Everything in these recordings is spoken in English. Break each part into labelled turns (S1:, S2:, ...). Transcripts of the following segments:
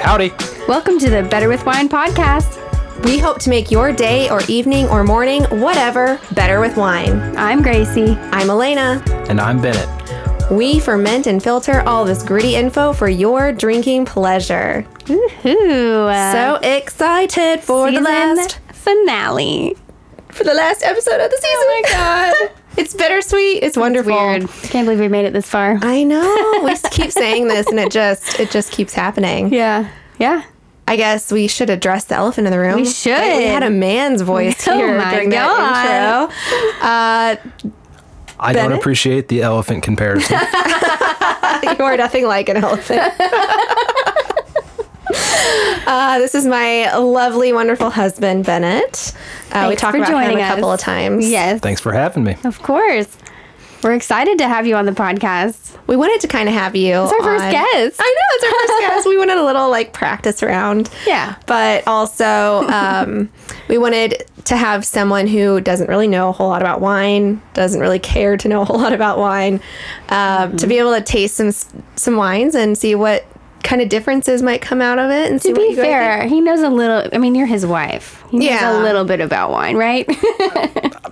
S1: Howdy.
S2: Welcome to the Better with Wine podcast.
S3: We hope to make your day or evening or morning, whatever, better with wine.
S2: I'm Gracie.
S3: I'm Elena.
S1: And I'm Bennett.
S3: We ferment and filter all this gritty info for your drinking pleasure.
S2: Ooh, uh,
S3: So excited for the
S2: season
S3: last
S2: finale.
S3: for the last episode of the season. Oh my god. it's bittersweet. It's wonderful.
S2: Weird. Can't believe we made it this far.
S3: I know. We just keep saying this and it just it just keeps happening.
S2: Yeah. Yeah.
S3: I guess we should address the elephant in the room.
S2: We
S3: Like, We had a
S2: should.
S3: man's voice
S2: Oh
S3: here
S2: my
S3: during
S2: God.
S3: that intro.
S1: I don't
S3: Bennett?
S1: appreciate the elephant comparison.
S3: Uh, you are nothing like an elephant. Uh, this is my lovely, wonderful husband, Bennett. Uh, we
S2: Thanks
S3: talked
S2: for
S3: about him
S2: joining
S3: a
S2: us.
S3: couple of times.
S2: Yes.
S1: Thanks for having me.
S2: Of course. We're excited to have you on the podcast.
S3: We wanted to kind of have you. It's
S2: our first guest.
S3: I know, it's our first guest. We wanted a little like practice round.
S2: Yeah.
S3: But also, um, we wanted to have someone who doesn't really know a whole lot about wine, doesn't really care to know a whole lot about wine, um,
S2: Mm-hmm.
S3: to be able to taste some some wines and see what kind of differences might come out of it. And see
S2: To
S3: what
S2: be
S3: you guys think.
S2: fair, he knows a little. I mean, you're his wife. He knows
S3: Yeah.
S2: a little bit about wine, right?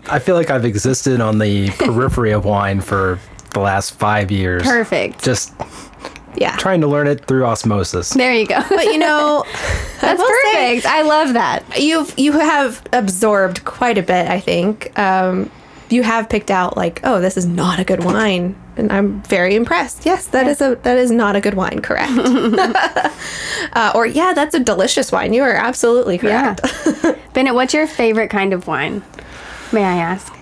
S1: I feel like I've existed on the periphery of wine for the last five years.
S2: Perfect.
S1: Just
S3: yeah.
S1: trying to learn it through osmosis.
S2: There you go.
S3: But you know,
S2: That's
S3: will say-
S2: perfect. I love that.
S3: you've you have absorbed quite a bit i think um you have picked out like oh this is not a good wine and i'm very impressed yes that is a that is not a good wine correct uh, or yeah that's a delicious wine you are absolutely correct
S2: Yeah. Bennett, what's your favorite kind of wine? May I ask?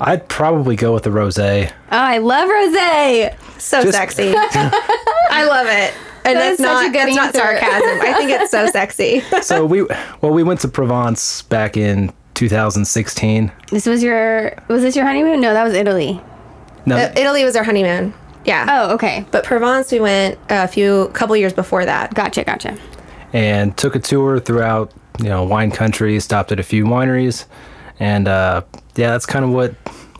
S1: I'd probably go with the rosé.
S2: Oh, I love rosé.
S3: so
S1: Just-
S3: sexy i love it and
S2: That
S3: that's
S2: is such
S3: not
S2: a good
S3: that's not
S2: answer.
S3: sarcasm i think it's so sexy
S1: So we, well, we went to Provence back in 2016.
S2: This was your was this your honeymoon? No, that was Italy.
S1: No,
S3: Uh, italy was our honeymoon yeah
S2: Oh, okay.
S3: but provence we went a few couple years before that
S2: Gotcha, gotcha.
S1: and took a tour throughout you know wine country stopped at a few wineries and uh, yeah that's kind of what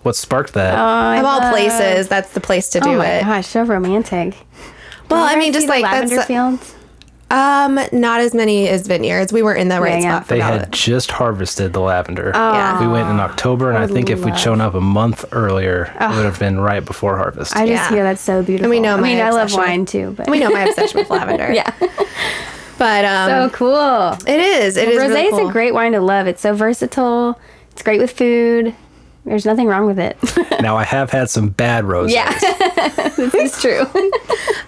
S1: what sparked that
S3: of all places that's the place to do
S2: Oh my
S3: it
S2: gosh, so romantic.
S3: well i
S2: Ever
S3: mean
S2: see
S3: just
S2: the
S3: like
S2: lavender
S3: that's
S2: fields.
S3: Um, not as many as vineyards. We were in the right
S2: Yeah, yeah.
S3: spot for
S1: they
S3: that.
S1: had just harvested the lavender
S3: Yeah.
S1: we went in october and i, think if we'd
S2: love-
S1: shown up a month earlier it would have been right before harvest
S2: I just
S3: Yeah.
S2: hear that's so beautiful.
S3: we know
S2: I
S3: my
S2: mean, I love
S3: obsession with-
S2: wine too, but
S3: We know my obsession with lavender.
S2: yeah.
S3: but
S2: So
S3: um,
S2: Oh, cool.
S3: it is. It is.
S2: Rosé
S3: really
S2: is
S3: cool.
S2: a great wine to love. It's so versatile. It's great with food. There's nothing wrong with it.
S1: now i have had some bad rosés
S2: this is true.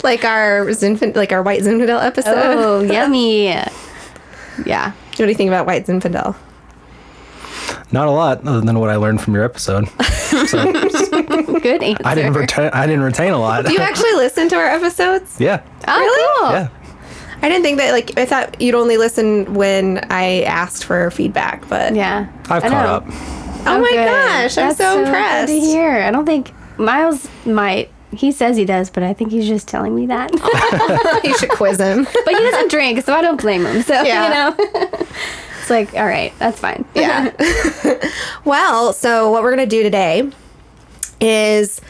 S3: like our Zinfandel, like our white Zinfandel episode.
S2: oh, yummy. Yeah.
S3: What do you think about white Zinfandel?
S1: not a lot other than what i learned from your episode so
S2: Good answer.
S1: i didn't retain i didn't retain a lot
S3: Do you actually listen to our episodes?
S1: yeah
S2: Oh, cool.
S1: yeah
S3: I didn't think that. Like I thought you'd only listen when I asked for feedback. But
S2: Yeah.
S1: i've
S2: I
S1: caught
S2: know.
S1: up
S3: oh my
S2: good.
S3: gosh, I'm
S2: That's
S3: so,
S2: good
S3: impressed.
S2: to hear. I don't think Miles might. He says he does, but I think he's just telling me that.
S3: Oh.
S2: but
S3: you should quiz him.
S2: he doesn't drink, so I don't blame him. So
S3: Yeah.
S2: you know, it's like, all right, that's fine.
S3: Yeah. well, so what we're going to do today is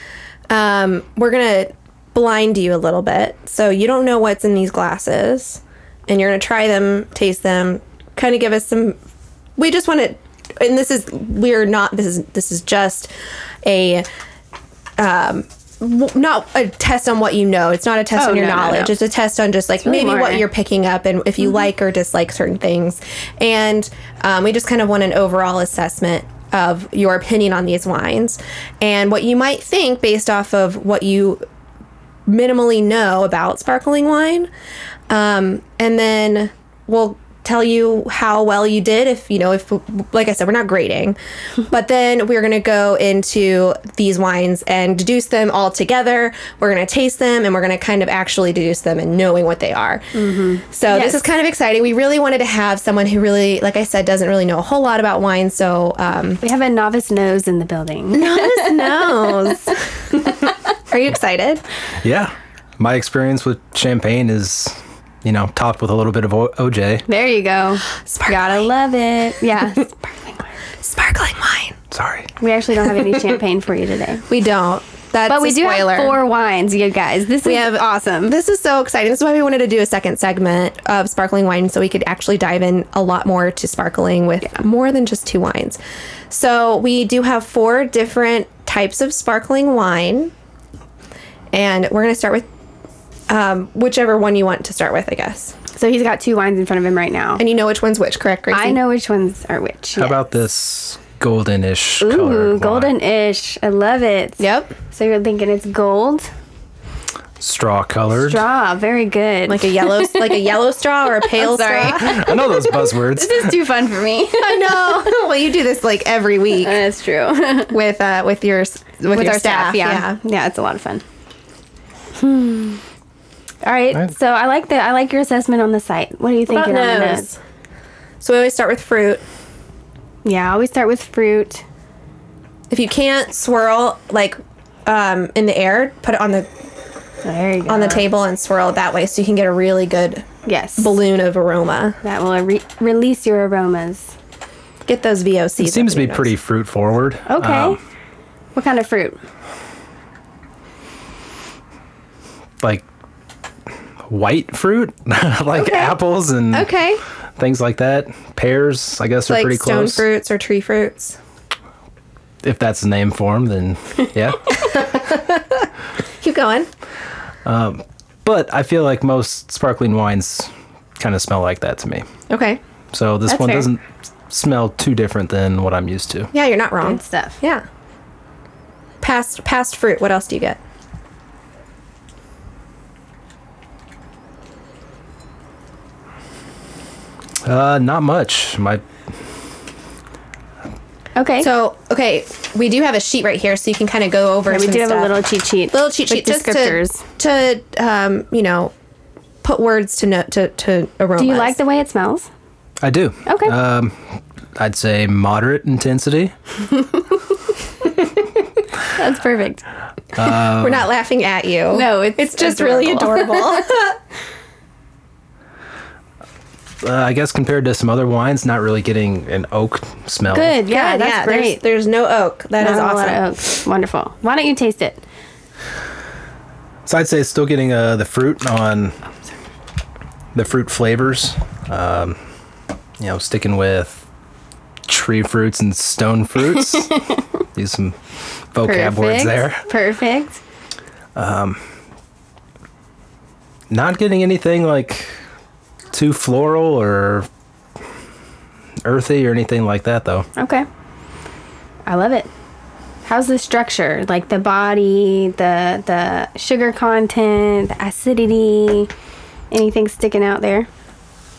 S3: um, we're going to blind you a little bit. So you don't know what's in these glasses, and you're going to try them, taste them, kind of give us some. We just want to. And this is we're not this is this is just a um w- not a test on what you know. It's not a test
S2: Oh,
S3: on your
S2: no, no, no.
S3: knowledge. It's a test on just like
S2: really
S3: maybe
S2: more-
S3: what you're picking up and if you like or dislike certain things. And um, we just kind of want an overall assessment of your opinion on these wines and what you might think based off of what you minimally know about sparkling wine. Um, and then we'll tell you how well you did if you know if like i said we're not grading but then we're going to go into these wines and deduce them all together we're going to taste them and we're going to kind of actually deduce them and knowing what they are so
S2: Yes.
S3: this is kind of exciting we really wanted to have someone who really like i said doesn't really know a whole lot about wine so um
S2: We have a novice nose in the building.
S3: novice knows are you excited
S1: yeah my experience with champagne is you know topped with a little bit of o- oj
S2: There you go. Gotta
S3: sparkling,
S2: love it. Yeah.
S3: sparkling wine
S1: sorry
S2: we actually don't have any champagne for you today.
S3: we don't That's
S2: But we
S3: a
S2: do
S3: spoiler.
S2: have four wines, you guys. This
S3: We
S2: is
S3: have-
S2: awesome.
S3: This is so exciting. This is why we wanted to do a second segment of sparkling wine so we could actually dive in a lot more to sparkling with more than just two wines. So we do have four different types of sparkling wine. And we're going to start with um, whichever one you want to start with, I guess.
S2: so he's got two wines in front of him right now.
S3: And you know which one's which, correct, Gracie?
S2: I know which ones are which.
S1: How
S2: yeah.
S1: about this goldenish color?
S2: Ooh, golden ish. I love it.
S3: Yep.
S2: So you're thinking it's gold?
S1: straw colored.
S2: Straw. Very good.
S3: Like a yellow, like a yellow straw or a pale
S2: sorry.
S3: straw.
S1: I know those buzzwords.
S2: this is too fun for me.
S3: I know. well, you do this like every week
S2: That's true.
S3: with uh, with your s- with, your staff.
S2: yeah. Yeah, it's a lot of fun. Hmm. All right.
S1: Right.
S2: So I like the I like your assessment on the site. What are you
S3: About
S2: thinking on the
S3: nose?
S2: nose?
S3: So we always start with fruit.
S2: Yeah, I always start with fruit.
S3: If you can't swirl like um, in the air, put it on the
S2: There you go.
S3: on the table and swirl it that way, so you can get a really good
S2: Yes.
S3: balloon of aroma.
S2: that will re- release your aromas.
S3: Get those VOCs.
S1: It seems
S3: up
S1: to be
S3: your nose.
S1: pretty fruit forward.
S2: Okay.
S1: Um,
S2: what kind of fruit?
S1: like white fruit, like apples and
S3: Okay,
S1: things like that. Pears, I guess, are
S3: like
S1: pretty
S3: stone
S1: close.
S3: fruits or tree fruits.
S1: If that's the name for them, then yeah.
S3: Keep going.
S1: but I feel like most sparkling wines kind of smell like that to me.
S3: Okay.
S1: So this
S2: That's
S1: one
S2: fair.
S1: doesn't smell too different than what I'm used to.
S3: Yeah, you're not wrong.
S2: Good stuff.
S3: Yeah. Past past fruit. What else do you get?
S1: Uh, not much. My
S2: Okay.
S3: So okay, we do have a sheet right here, so you can kind of go over.
S2: Yeah, we
S3: some
S2: do have a
S3: stuff.
S2: little cheat sheet.
S3: little cheat sheet
S2: with
S3: just
S2: descriptors.
S3: to to um, you know put words to no, to to aromas.
S2: Do you like the way it smells?
S1: I do.
S2: Okay.
S1: Um, I'd say moderate intensity.
S2: That's perfect.
S3: We're not laughing at you.
S2: No, it's
S3: it's just really adorable.
S1: Uh, I guess compared to some other wines, not really getting an oak smell.
S2: Good. Yeah, that's
S3: there's-
S2: great.
S3: There's, no oak. That is
S2: Not a lot
S3: awesome.
S2: of oak. Wonderful. Why don't you taste it?
S1: So I'd say it's still getting uh, the fruit on the fruit flavors. Um, you know, sticking with tree fruits and stone fruits. Use some vocab words there.
S2: Perfect.
S1: Not getting anything like too floral or earthy or anything like that, though.
S2: Okay. I love it. How's the structure? Like the body, the the sugar content, the acidity, anything sticking out there?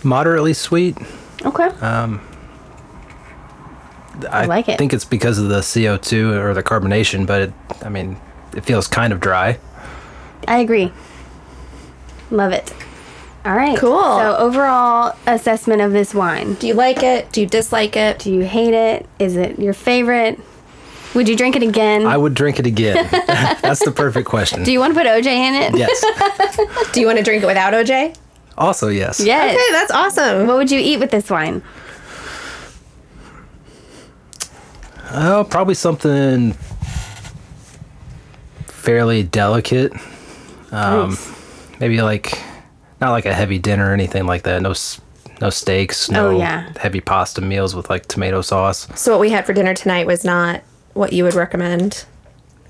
S1: Moderately sweet.
S2: Okay.
S1: Uh, I,
S2: like it.
S1: think it's because of the CO2 or the carbonation, but it, I mean, it feels kind of dry.
S2: I agree. Love it. All right.
S3: Cool.
S2: So overall assessment of this wine.
S3: Do you like it? Do you dislike it?
S2: Do you hate it? Is it your favorite? Would you drink it again?
S1: I would drink it again. That's the perfect question.
S2: Do you want to put OJ in it?
S1: yes.
S3: Do you want to drink it without OJ?
S1: Also, yes.
S2: Yes.
S3: Okay, that's awesome.
S2: What would you eat with this wine?
S1: Oh, probably something fairly delicate. Um,
S2: Nice.
S1: maybe like not like a heavy dinner or anything like that. No, s- no steaks. No
S2: Oh, yeah.
S1: heavy pasta meals with like tomato sauce.
S3: So what we had for dinner tonight was not what you would recommend.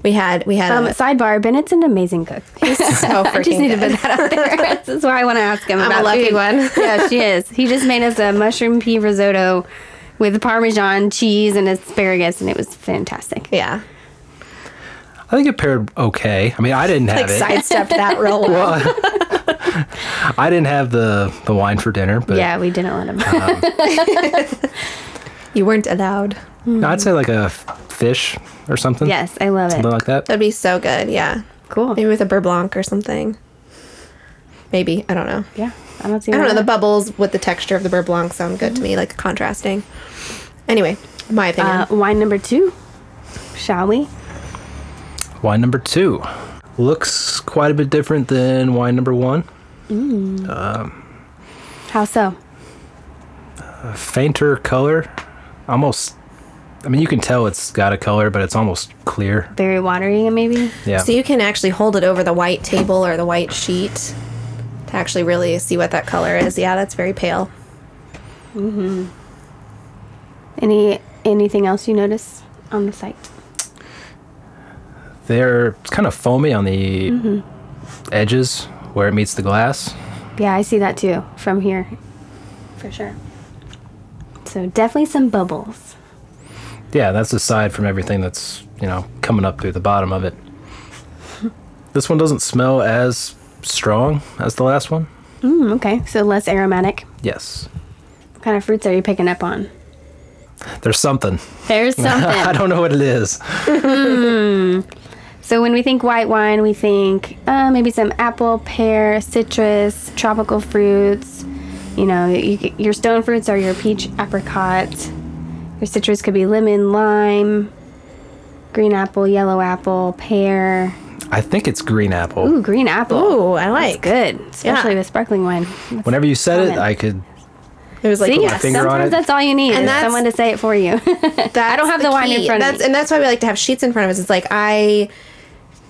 S3: We had we had
S2: Um,
S3: a,
S2: sidebar, Bennett's an amazing cook.
S3: so
S2: I just
S3: freaking
S2: need to
S3: good.
S2: put that out there. That's why I want to ask him
S3: I'm a
S2: about
S3: lucky
S2: food.
S3: one.
S2: yeah, she is. He just made us a mushroom pea risotto with parmesan cheese and asparagus, and it was fantastic.
S3: Yeah,
S1: I think it paired okay. I mean, I didn't have
S3: like
S1: it.
S3: sidestepped that real well.
S1: I didn't have the the wine for dinner, but
S2: Yeah, we didn't let him.
S3: You weren't allowed.
S1: no, I'd say like a f- fish or something.
S2: Mm-hmm. yes, I love
S1: something
S2: it.
S1: like that.
S3: That'd be so good. Yeah,
S2: Cool.
S3: maybe with a beurre blanc or something. Maybe I don't know.
S2: Yeah, I don't see.
S3: I don't
S2: why
S3: know. The
S2: not.
S3: bubbles with the texture of the beurre blanc sound good to me, like contrasting. Anyway, my opinion.
S2: uh, wine number two, shall we?
S1: Wine number two looks quite a bit different than wine number one.
S2: How so?
S1: fainter color, almost I mean, you can tell it's got a color, but it's almost clear.
S2: Very watery, maybe.
S1: Yeah.
S3: So you can actually hold it over the white table or the white sheet to actually really see what that color is. Yeah, that's very pale.
S2: Any anything else you notice on the site?
S1: They're it's kind of foamy on the edges where it meets the glass.
S2: Yeah, I see that too from here, for sure. So definitely some bubbles.
S1: Yeah, that's aside from everything that's, you know, coming up through the bottom of it. This one doesn't smell as strong as the last one.
S2: Mm, okay, so less aromatic.
S1: Yes.
S2: What kind of fruits are you picking up on?
S1: There's something.
S2: There's
S1: I
S2: something.
S1: don't know what it is.
S2: so when we think white wine, we think uh, maybe some apple, pear, citrus, tropical fruits. You know, you, your stone fruits are your peach, apricot. Your citrus could be lemon, lime, green apple, yellow apple, pear.
S1: I think it's green apple.
S2: Ooh, green apple.
S3: Ooh, I like.
S2: Good, especially with sparkling wine.
S1: Whenever you said it,
S2: common.
S1: I could.
S3: It was like
S2: See,
S3: yes.
S1: finger on
S2: sometimes
S1: it.
S2: that's all you need
S3: And
S2: is
S3: that's-
S2: someone to say it for you. I don't have the, wine in
S3: key.
S2: front
S3: that's,
S2: of me.
S3: And that's why we like to have sheets in front of us. It's like, I,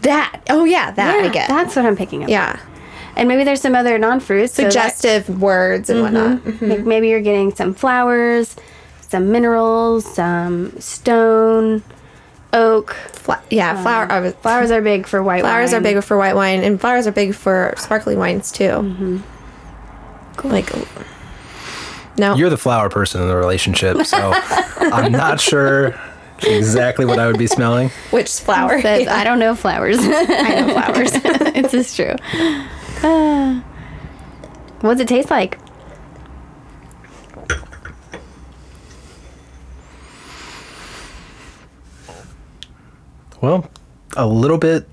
S3: that, oh yeah, that I
S2: Yeah,
S3: get.
S2: That's what I'm picking up.
S3: yeah.
S2: and maybe there's some other non-fruits. so that-
S3: Suggestive words and whatnot.
S2: like, maybe you're getting some flowers, some minerals, some stone, oak.
S3: Fla- yeah, flower, uh,
S2: Flowers are big for white.
S3: flowers are
S2: wine.
S3: big for white wine, and flowers are big for sparkling wines too. Like, no,
S1: You're the flower person in the relationship, so I'm not sure exactly what I would be smelling.
S3: which flower?
S2: Says, I don't know flowers.
S3: I know flowers.
S2: this is true. Ah. what's it taste like?
S1: Well, a little bit.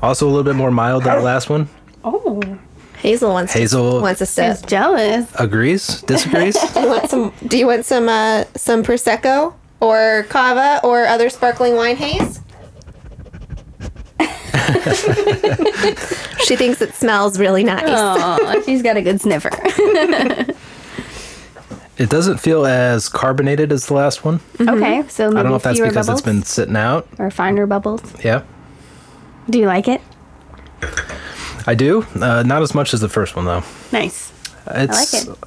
S1: Also, a little bit more mild than the last one.
S2: Oh,
S3: Hazel wants
S1: Hazel-
S3: to, wants a
S2: I was
S3: sip.
S2: jealous.
S1: Agrees? Disagrees?
S3: Do you want some? Do you want some? Uh, some prosecco or cava or other sparkling wine, Haze? she thinks it smells really nice.
S2: Oh, she's got a good sniffer.
S1: it doesn't feel as carbonated as the last one.
S2: okay, so maybe
S1: I don't know if that's
S2: fewer
S1: because
S2: bubbles
S1: it's been sitting out.
S2: or finer bubbles.
S1: Yeah,
S2: Do you like it?
S1: I do. Uh, not as much as the first one though.
S2: Nice.
S1: It's,
S2: I like it.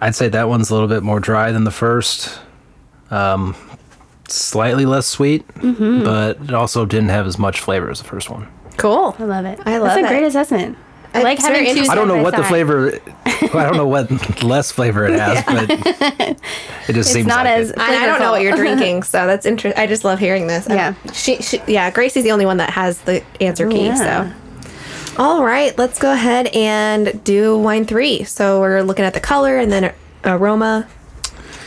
S1: I'd say that one's a little bit more dry than the first. Um, slightly less sweet,
S2: Mm-hmm.
S1: but it also didn't have as much flavor as the first one.
S3: Cool.
S2: I love it.
S3: I love
S2: That's a
S3: it.
S2: great assessment. I
S3: It's
S2: like having
S3: very
S2: two.
S3: interesting.
S1: I don't know
S2: side by
S1: what the
S2: side.
S1: flavor. I don't know what less flavor it has, but it just
S2: It's
S1: seems
S2: not
S1: like
S2: as
S1: it.
S3: I, I don't know what
S2: flavorful.
S3: you're drinking, so that's interesting. I just love hearing this. I-
S2: Yeah.
S3: she, she, yeah. Gracie's the only one that has the answer key. So,
S2: yeah.
S3: all right, let's go ahead and do wine three. So we're looking at the color and then aroma.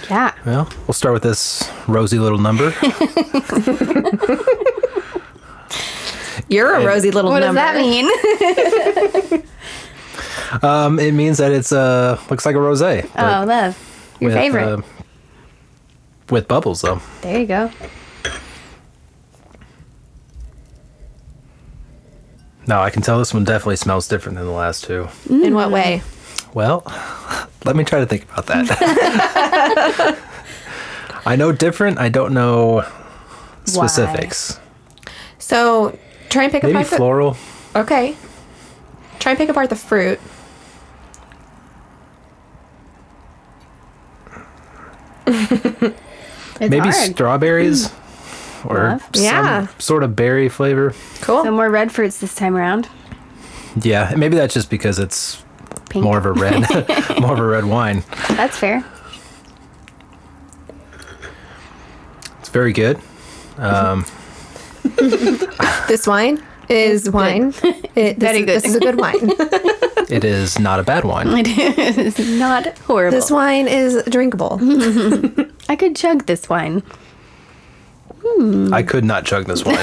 S2: Yeah.
S1: Well, we'll start with this rosy little number.
S3: You're a rosy little
S2: What
S3: number.
S2: does that mean?
S1: um, it means that it's uh looks like a rosé. but
S2: oh, love. Your
S1: with,
S2: favorite.
S1: uh, with bubbles though.
S2: there you go.
S1: No, I can tell this one definitely smells different than the last two.
S3: In what way?
S1: Well, let me try to think about that. I know different. I don't know specifics.
S3: So try and pick
S1: Maybe
S3: apart.
S1: floral.
S3: The, okay. Try and pick apart the fruit.
S2: It's
S1: Maybe
S2: hard. Mm.
S1: strawberries or
S2: Love.
S1: some
S3: Yeah.
S1: sort of berry flavor.
S3: Cool.
S2: so more red fruits this time around.
S1: Yeah, and maybe that's just because it's
S2: Pink.
S1: more of a red, more of a red wine.
S2: That's fair.
S1: It's very good. Um,
S3: this wine is wine. It, this
S2: Very
S3: is-
S2: good.
S3: This is a good wine.
S1: it is not a bad wine.
S2: It is not horrible.
S3: this wine is drinkable.
S1: Mm-hmm.
S2: I could chug this wine. Mm.
S1: I could not chug this wine.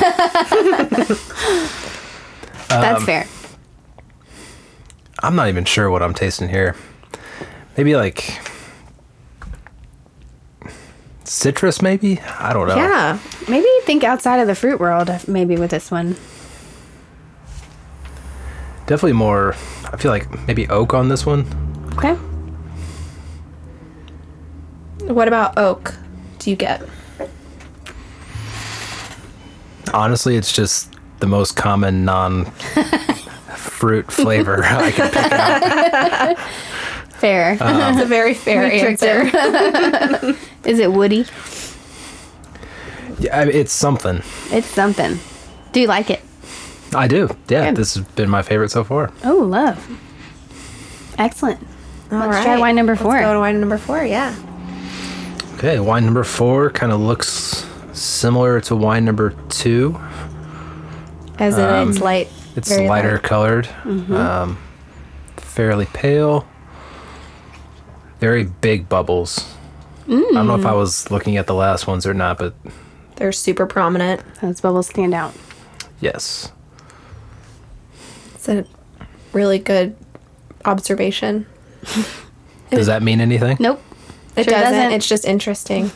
S1: Um,
S2: That's fair.
S1: I'm not even sure what I'm tasting here. Maybe like citrus, maybe? I don't know.
S3: Yeah.
S2: Maybe think outside of the fruit world, maybe with this one.
S1: Definitely more, I feel like maybe oak on this one.
S2: Okay.
S3: What about oak? Do you get?
S1: Honestly, it's just the most common non fruit flavor I can pick.
S2: Fair.
S1: Uh,
S3: That's a very fair
S2: We tricked
S3: answer.
S2: Is it woody?
S1: Yeah, I mean, it's something.
S2: It's something. Do you like it?
S1: I do. Yeah,
S2: Good.
S1: this has been my favorite so far.
S2: Oh, love. Excellent.
S3: All
S2: Let's try
S3: right.
S2: wine number four.
S3: Let's go to wine number four. Yeah.
S1: Okay, wine number four kind of looks similar to wine number two.
S3: As in, it's light.
S1: Um, It's
S3: very
S1: lighter
S3: light.
S1: colored,
S2: Mm-hmm.
S1: um, fairly pale, very big bubbles. I don't know
S2: Mm.
S1: if I was looking at the last ones or not, but
S3: They're super prominent.
S2: Those bubbles stand out.
S1: yes.
S3: It's a really good observation.
S1: Does that mean anything?
S2: Nope.
S3: It
S2: Sure
S3: doesn't.
S2: doesn't.
S3: It's just interesting.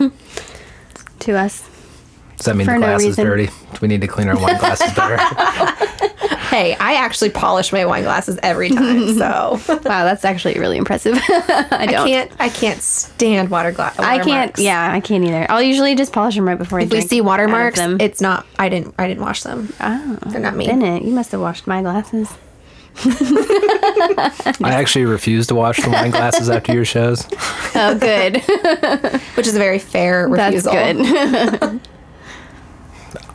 S2: To us.
S1: Does that mean the
S2: For no
S1: glass is
S2: reason.
S1: dirty? Do we need to clean our wine glasses better?
S3: hey, I actually polish my wine glasses every time, so
S2: Wow, that's actually really impressive. I
S3: I
S2: don't.
S3: can't. I can't stand water glass.
S2: I can't. Yeah, I can't either. I'll usually just polish them right before I
S3: If we
S2: drink
S3: see water
S2: out of
S3: marks,
S2: them.
S3: it's not. I didn't. I didn't wash them.
S2: oh,
S3: They're not me.
S2: Been it. You must have washed my glasses.
S1: I actually refuse to wash the wine glasses after your shows.
S2: Oh, good.
S3: Which is a very fair
S2: that's
S3: refusal.
S2: good.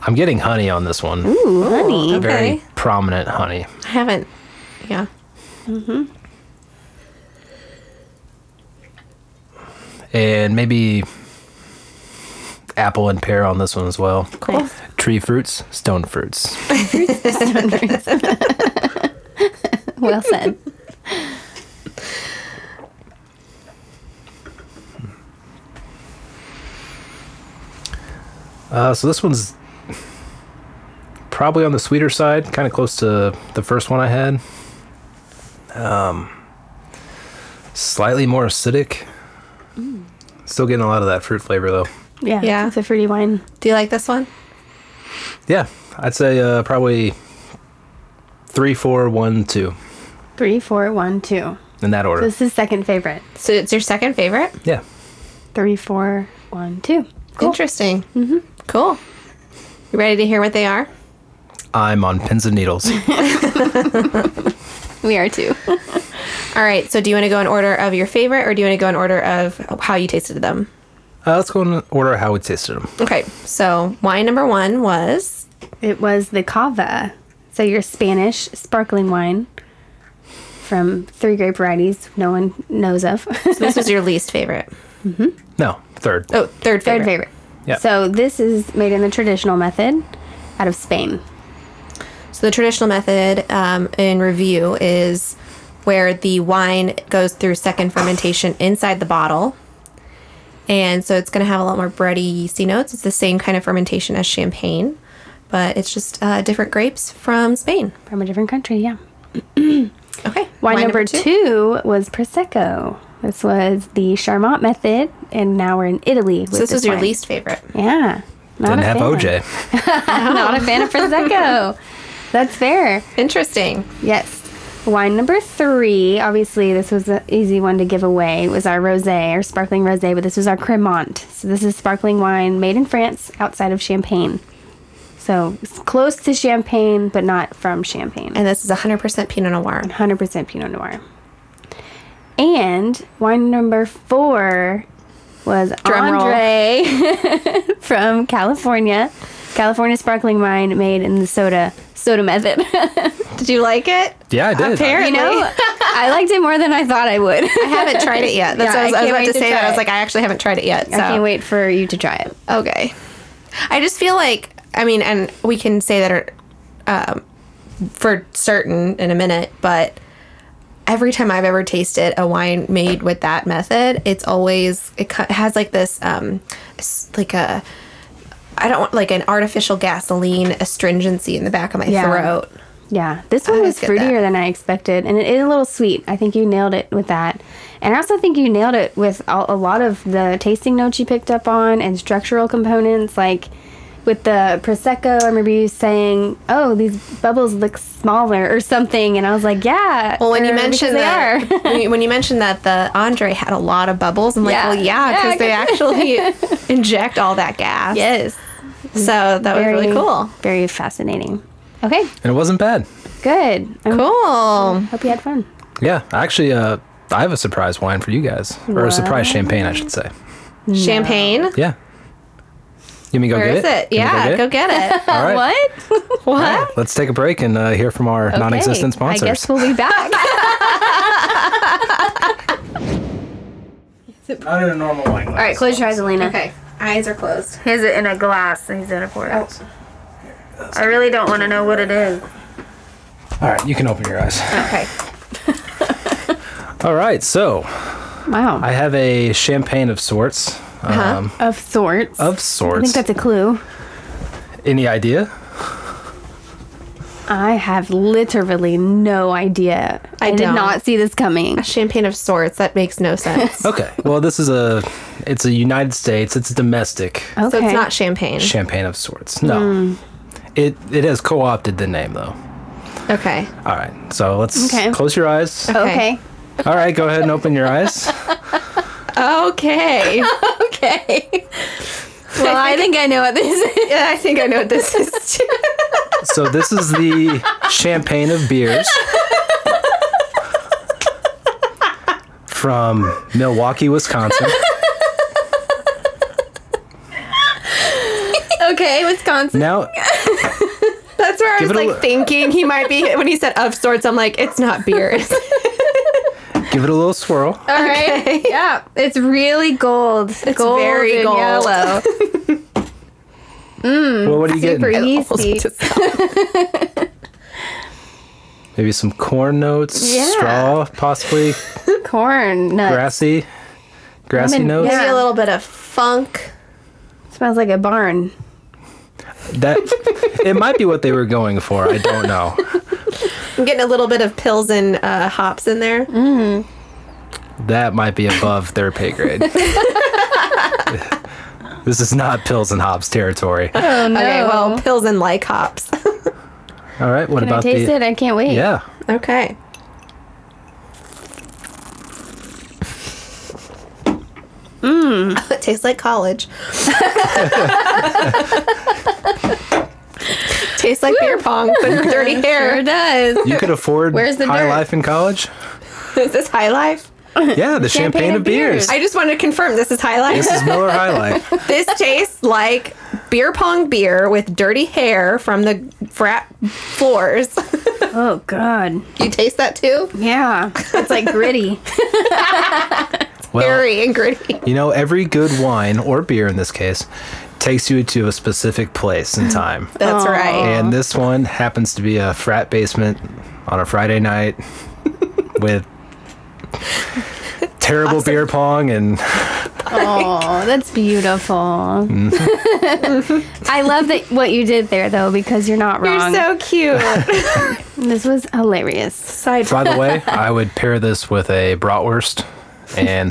S1: I'm getting honey on this one.
S2: Ooh, honey.
S1: Very
S3: okay.
S1: prominent honey.
S3: I haven't. Yeah.
S1: And maybe apple and pear on this one as well.
S3: Cool.
S1: Tree fruits, stone fruits.
S2: Well said.
S1: Uh, so this one's probably on the sweeter side, kind of close to the first one I had. Um, slightly more acidic.
S2: Mm.
S1: Still getting a lot of that fruit flavor though.
S2: Yeah.
S3: Yeah.
S2: It's a fruity wine.
S3: Do you like this one?
S1: Yeah, I'd say uh, probably three, four, one, two
S2: Three, four, one, two.
S1: in that order.
S2: This is second favorite.
S3: So it's your second favorite.
S1: yeah,
S2: Three, four, one, two.
S3: Interesting. Mm-hmm. Cool. You ready to hear what they are?
S1: I'm on pins and needles.
S2: We are too.
S3: All right. So do you want to go in order of your favorite, or do you want to go in order of how you tasted them?
S1: uh, let's go in order of how we tasted them.
S3: Okay. So wine number one was
S2: It was the cava. So your Spanish sparkling wine from three grape varieties no one knows of.
S3: this was your least favorite.
S1: No, third.
S3: Oh, third favorite.
S2: Third favorite.
S1: Yeah.
S2: So this is made in the traditional method out of Spain.
S3: So the traditional method um, in review is where the wine goes through second fermentation inside the bottle. And so it's going to have a lot more bready, yeasty notes. It's the same kind of fermentation as champagne, but it's just uh, different grapes from Spain.
S2: From a different country, yeah.
S3: Okay.
S2: Wine, number, two. was Prosecco. This was the Charmant method, and now we're in Italy. With
S3: So this was your
S2: wine.
S3: least favorite.
S2: Yeah. Not
S1: Didn't have
S2: fan.
S1: OJ.
S2: Not a fan of Prosecco. That's fair.
S3: Interesting.
S2: Yes. Wine number three, obviously, this was an easy one to give away, was our rose, our sparkling rose, but this was our Cremant. So, this is sparkling wine made in France outside of Champagne. So, it's close to Champagne, but not from Champagne.
S3: And this is 100% Pinot Noir.
S2: 100% Pinot Noir. And wine number four was
S3: Drum roll.
S2: Andre from California. California sparkling wine made in the soda soda method.
S3: Did you like it?
S1: Yeah, I did.
S3: Apparently.
S2: you know, I liked it more than I thought I would.
S3: I haven't tried it yet. That's
S2: Yeah,
S3: what I was, I was
S2: I
S3: about
S2: can't
S3: to
S2: wait to
S3: say. That
S2: try
S3: I was
S2: it.
S3: like, I actually haven't tried it yet. So.
S2: I can't wait for you to try it.
S3: Okay. I just feel like I mean, and we can say that are, um, for certain in a minute, but every time I've ever tasted a wine made with that method, it's always it co- has like this um, s- like a I don't want like an artificial gasoline astringency in the back of my
S2: Yeah.
S3: throat.
S2: Yeah, this one
S3: always get
S2: was
S3: that.
S2: fruitier than I expected, and it is a little sweet. I think you nailed it with that, and I also think you nailed it with a, a lot of the tasting notes you picked up on and structural components. Like, with the prosecco, I remember you saying, "Oh, these bubbles look smaller" or something, and I was like, "Yeah."
S3: Well, when you
S2: or,
S3: mentioned
S2: because
S3: that, when you- when you mentioned that the Andre had a lot of bubbles, I'm like,
S2: Yeah.
S3: well, yeah,
S2: Yeah,
S3: because they actually inject all that gas.
S2: yes,
S3: So that was really cool.
S2: Very fascinating. Okay,
S1: and it wasn't bad.
S2: good. I
S3: Cool.
S2: hope you had fun.
S1: Yeah, actually, uh, I have a surprise wine for you guys, or a surprise champagne, I should say.
S3: Champagne.
S1: Yeah. You mean go
S3: Where
S1: get
S3: is it?
S1: You want me
S3: Yeah, go get it.
S1: All right.
S2: What?
S3: what?
S1: Let's take a break and uh, hear from our non-existent
S2: Okay,
S1: sponsors.
S2: I guess we'll be back.
S1: Not in a normal wine glass.
S2: All right, close your eyes, Elena.
S3: Okay. Eyes are closed.
S4: He has it in a glass and he's gonna pour it out. I really don't want to know what it is.
S1: All right, you can open your eyes.
S3: Okay.
S1: All right, so
S2: Wow.
S1: I have a champagne of sorts. Um,
S2: of sorts.
S1: Of
S2: I
S1: sorts.
S2: think that's a clue.
S1: Any idea?
S2: I have literally no idea.
S3: I
S2: I, did
S3: don't.
S2: not see this coming.
S3: Champagne of sorts. That makes no sense.
S1: Okay. Well, this is a. It's a United States. It's domestic
S2: Okay.
S3: So it's not champagne.
S1: champagne of sorts. No. It it has co-opted the name though.
S3: Okay.
S1: All right. So let's
S2: Okay.
S1: close your eyes.
S2: okay.
S1: All right. Go ahead and open your eyes.
S3: Okay. okay.
S2: Well, I think I know what this is.
S3: Yeah, I think I know what this is too.
S1: So this is the champagne of beers from Milwaukee, Wisconsin.
S3: okay, Wisconsin.
S1: Now,
S3: That's where I
S1: Give
S3: was
S1: it a
S3: like
S1: li-
S3: thinking he might be when he said of sorts. I'm like, it's not beer.
S1: give it a little swirl.
S2: All right. Yeah. It's really gold. It's gold
S3: very
S2: and
S3: gold.
S2: yellow.
S1: well, what are you
S2: Um, Super
S1: getting?
S2: yeasty.
S1: Maybe some corn notes,
S2: e- Yeah.
S1: straw, possibly
S2: Corn nuts.
S1: grassy, grassy
S2: Lemon-
S1: notes.
S2: Yeah.
S3: Maybe a little bit of funk.
S2: Smells like a barn.
S1: That it might be what they were going for. I don't know.
S3: I'm getting a little bit of pills and uh, hops in there.
S1: That might be above their pay grade. this is not pills and hops territory. All
S2: Oh no.
S3: Okay, well, pills and like hops.
S1: right. What
S2: Can I
S1: about
S2: taste
S1: the?
S2: it? I can't wait.
S1: Yeah.
S3: okay. Mmm. it tastes like college. tastes like beer pong with dirty hair.
S2: Sure does.
S1: You could afford
S2: Where's the
S1: high
S2: dirt?
S1: life in college.
S3: Is this High Life?
S1: Yeah, the champagne,
S2: Champagne
S1: of
S2: of
S1: beers.
S2: beers.
S3: I just want to confirm this is High Life.
S1: This is Miller High Life.
S3: this tastes like beer pong beer with dirty hair from the frat floors.
S2: Oh god.
S3: you taste that too?
S2: Yeah. It's like gritty.
S1: Well,
S3: Hairy and gritty.
S1: you know, every good wine or beer in this case takes you to a specific place and time.
S3: That's right.
S1: And this one happens to be a frat basement on a Friday night with terrible beer pong and
S2: Oh, that's beautiful. I love that what you did there though, because you're not wrong.
S3: Mm-hmm. You're so cute.
S2: this was hilarious.
S3: Side
S1: by the way, I would pair this with a bratwurst and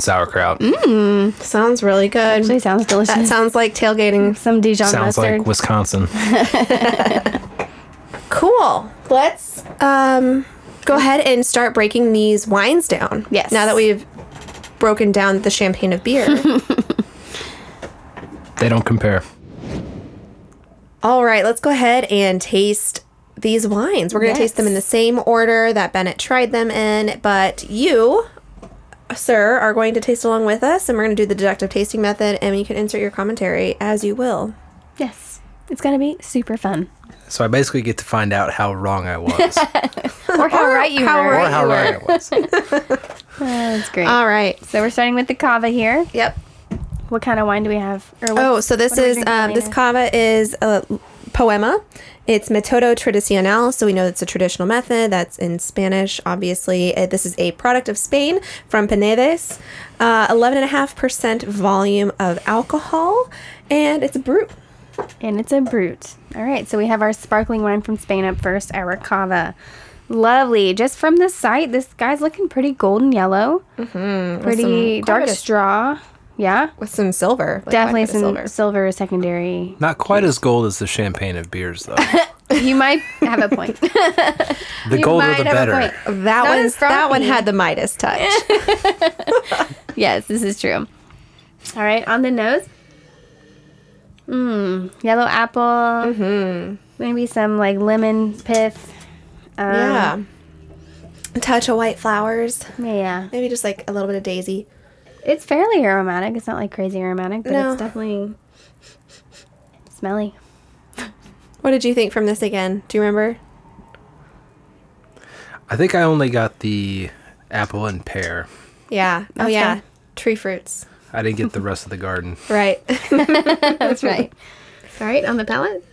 S1: sauerkraut.
S2: Mm-hmm.
S3: sounds really good.
S2: Actually, sounds delicious.
S3: that sounds like tailgating.
S2: Some Dijon
S1: Sounds
S2: mustard.
S1: like Wisconsin.
S3: Cool. Let's um, go ahead and start breaking these wines down.
S2: Yes.
S3: Now that we've broken down the champagne of beer.
S1: They don't compare.
S3: All right, let's go ahead and taste these wines. We're going to taste them in the same order that Bennett tried them in, but you, sir, are going to taste along with us, and we're going to do the deductive tasting method, and you can insert your commentary as you will.
S2: yes, it's gonna be super fun.
S1: So I basically get to find out how wrong I was
S2: Or how right you
S3: how
S2: were.
S1: or
S3: right. Uh,
S1: how right I was.
S2: That's great.
S3: All right.
S2: so we're starting with the cava here.
S3: Yep.
S2: What kind of wine do we have? Or what-
S3: Oh, so this
S2: what are we
S3: is
S2: drinking,
S3: um, this
S2: Elena?
S3: cava is a poema. It's metodo tradicional, so we know it's a traditional method that's in Spanish. Obviously, Uh, this is a product of Spain from Panedes, uh, 11.5% volume of alcohol, and it's a brew.
S2: And it's a brut. All right, so we have our sparkling wine from Spain up first, our cava. Lovely. Just from Mm-hmm. the site, this guy's looking pretty golden yellow. Pretty dark straw. Yeah?
S3: with some silver. like,
S2: Definitely
S3: quite a bit
S2: some
S3: of
S2: silver, secondary.
S1: Not quite as gold as the champagne of beers, though.
S2: You might have a point.
S1: The
S2: You
S1: golder
S2: might
S1: the
S2: have
S1: better.
S2: a point.
S3: That
S2: Not
S3: one,
S2: as
S3: that one
S2: frothy.
S3: had the Midas touch.
S2: Yes, this is true. All right, on the nose. Mmm, yellow apple. Mm-hmm. Maybe some like lemon pith. Um, yeah.
S3: yeah, a touch of white flowers,
S2: Yeah.
S3: maybe just like a little bit of daisy.
S2: It's fairly aromatic. It's not like crazy aromatic, but
S3: No.
S2: it's definitely smelly.
S3: What did you think from this again? Do you remember?
S1: I think I only got the apple and pear.
S3: Yeah. Oh yeah,
S2: fine.
S3: tree fruits.
S1: I didn't get the rest of the garden.
S3: Right.
S2: That's right.
S4: All right, on the palate.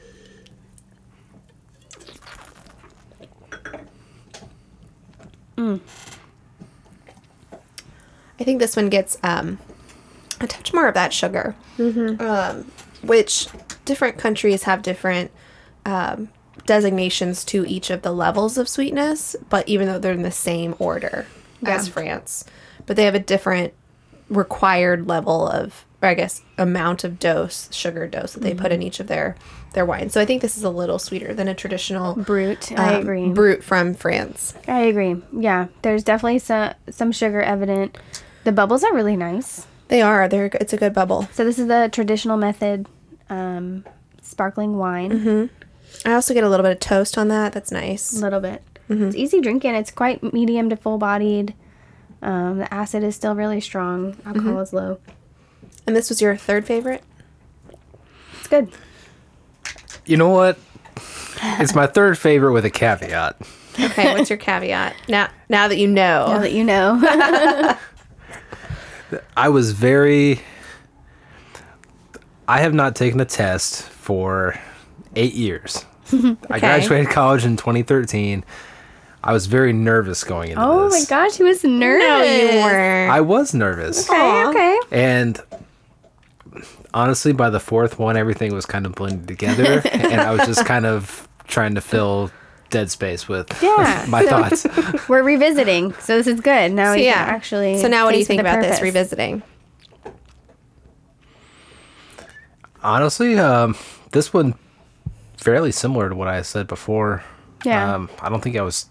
S3: I think this one gets um, a touch more of that sugar,
S4: Mm-hmm.
S3: um, which different countries have different um, designations to each of the levels of sweetness, but even though they're in the same order as France, but they have a different required level of, or I guess, amount of dose, sugar dose that they put
S4: Mm-hmm.
S3: in each of their their wines. So I think this is a little sweeter than a traditional
S2: Brut. I
S3: um,
S2: agree.
S3: brut from France.
S2: I agree. Yeah, there's definitely some some sugar evident. The bubbles are really nice.
S3: They are. They're. It's a good bubble.
S2: So this is the traditional method, um, sparkling wine.
S3: Mm-hmm. I also get a little bit of toast on that. That's nice.
S2: A little bit.
S3: Mm-hmm.
S2: It's easy drinking. It's quite medium to full bodied. Um, the acid is still really strong. Alcohol
S3: Mm-hmm.
S2: is low.
S3: And this was your third favorite?
S2: It's good.
S1: You know what? It's my third favorite with a caveat.
S3: Okay, what's your caveat? Now now that you know.
S2: I'll let you know.
S1: I was very. I have not taken a test for eight years. I graduated college in 2013. I was very nervous going into
S2: oh my
S1: this.
S2: gosh, he was nervous.
S3: No, you weren't.
S1: I was nervous.
S2: Okay,
S3: Aw.
S2: okay.
S1: And honestly, by the fourth one, everything was kind of blended together. and I was just kind of trying to fill dead space with
S2: Yeah,
S1: my thoughts.
S2: We're revisiting, so this is good. Now we
S3: yeah,
S2: can Oh, actually.
S3: So now what do you
S2: taste
S3: think
S2: with a
S3: about this
S2: purpose.
S3: revisiting?
S1: Honestly, um, this one fairly similar to what I said before.
S2: Yeah.
S1: Um, I don't think I was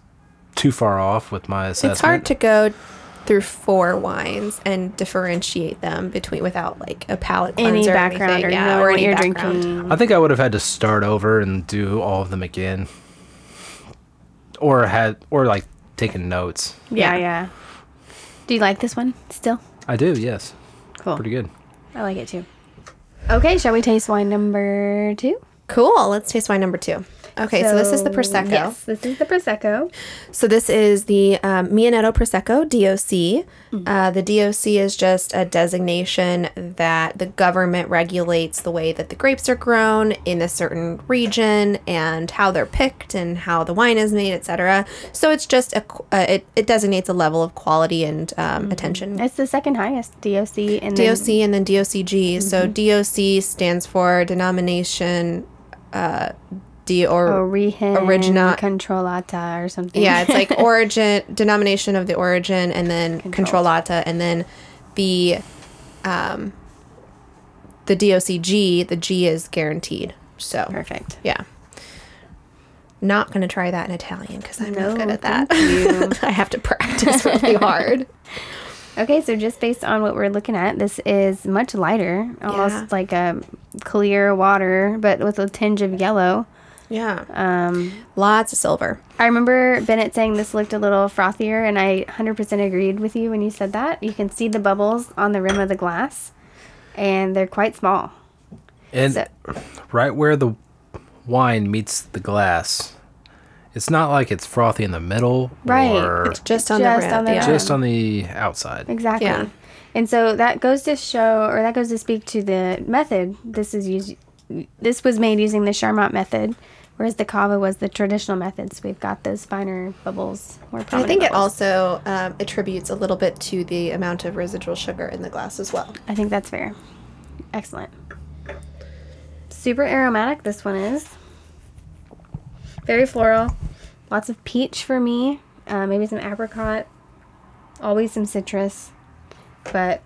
S1: too far off with my assessment.
S3: It's hard to go through four wines and differentiate them between without like a palate cleanser
S2: Any
S3: or
S2: background
S3: anything.
S2: or
S3: yeah,
S2: knowing
S3: or
S2: what
S3: any
S2: you're
S3: background.
S2: drinking.
S1: I think I would have had to start over and do all of them again, or had or like taking notes.
S2: Yeah,
S3: Yeah.
S2: yeah. Do you like this one still?
S1: I do, yes,
S2: Cool.
S1: pretty good.
S2: I like it too. Okay, shall we taste wine number two?
S3: Cool. Let's taste wine number two. Okay, so, this is the prosecco.
S2: Yes, this is the prosecco.
S3: So this is the um, Mianetto Prosecco DOC. Uh, the DOC is just a designation that the government regulates the way that the grapes are grown in a certain region and how they're picked and how the wine is made, etc. So it's just a qu- uh, it, it designates a level of quality and um, attention.
S2: It's the second highest DOC in the
S3: DOC and then Mm-hmm. DOCG. So DOC stands for denomination. Uh, D or
S2: Origen
S3: Origina-
S2: Controlata or something.
S3: Yeah, it's like origin, denomination of the origin, and then controlata, and then the um, the DOCG. The G is guaranteed. So
S2: perfect.
S3: yeah, not gonna try that in Italian because I'm not good
S2: No,
S3: at that.
S2: thank
S3: I have to practice really hard.
S2: Okay, so just based on what we're looking at, this is much lighter, almost
S3: Yeah.
S2: like a clear water, but with a tinge of yellow.
S3: Yeah,
S2: Um,
S3: lots of silver.
S2: I remember Bennett saying this looked a little frothier, and I 100% agreed with you when you said that. You can see the bubbles on the rim of the glass, and they're quite small.
S1: And
S2: So-
S1: right where the wine meets the glass, it's not like it's frothy in the middle,
S2: Right.
S1: Or
S3: It's just on
S2: Just
S3: the rim.
S2: on the
S3: yeah.
S2: rim.
S1: just on the outside.
S2: Exactly.
S3: Yeah.
S2: And so that goes to show, or that goes to speak to the method. This is used. This was made using the Charmant method, whereas the cava was the traditional method. So we've got those finer bubbles. More
S3: I think it
S2: prominent bubbles.
S3: also um, attributes a little bit to the amount of residual sugar in the glass as well.
S2: I think that's fair. Excellent. Super aromatic. This one is very floral. Lots of peach for me. Uh, maybe some apricot. Always some citrus, but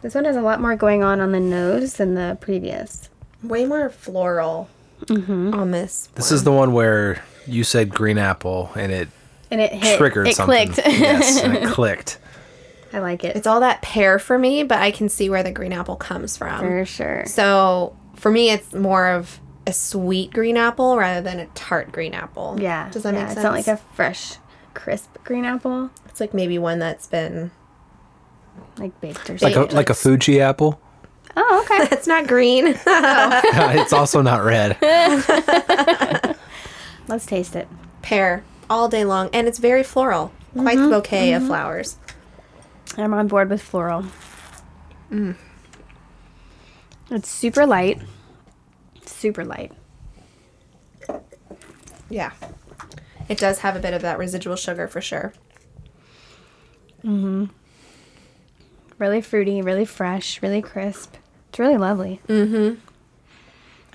S2: This one has a lot more going on on the nose than the previous.
S3: Way more floral on this.
S1: This is the one where you said green apple and it
S2: And it hit.
S1: triggered
S2: it
S1: something.
S2: clicked.
S1: yes, and it clicked.
S2: I like it.
S3: It's all that pear for me, but I can see where the green apple comes from.
S2: for sure.
S3: So for me, it's more of a sweet green apple rather than a tart green apple.
S2: Yeah.
S3: Does that
S2: yeah,
S3: make sense?
S2: It's not like a fresh, crisp green apple,
S3: It's like maybe one that's been.
S2: like baked or
S1: Like
S2: something.
S1: a, like a Fuji apple.
S2: oh, okay.
S3: That's not green.
S1: it's also not red.
S2: Let's taste it.
S3: pear all day long, and it's very floral. Quite
S2: Mm-hmm,
S3: the bouquet of flowers.
S2: I'm on board with floral. Mm. It's super light. Super light.
S3: Yeah. It does have a bit of that residual sugar for sure.
S2: Really fruity, really fresh, really crisp. It's really lovely. Mm-hmm.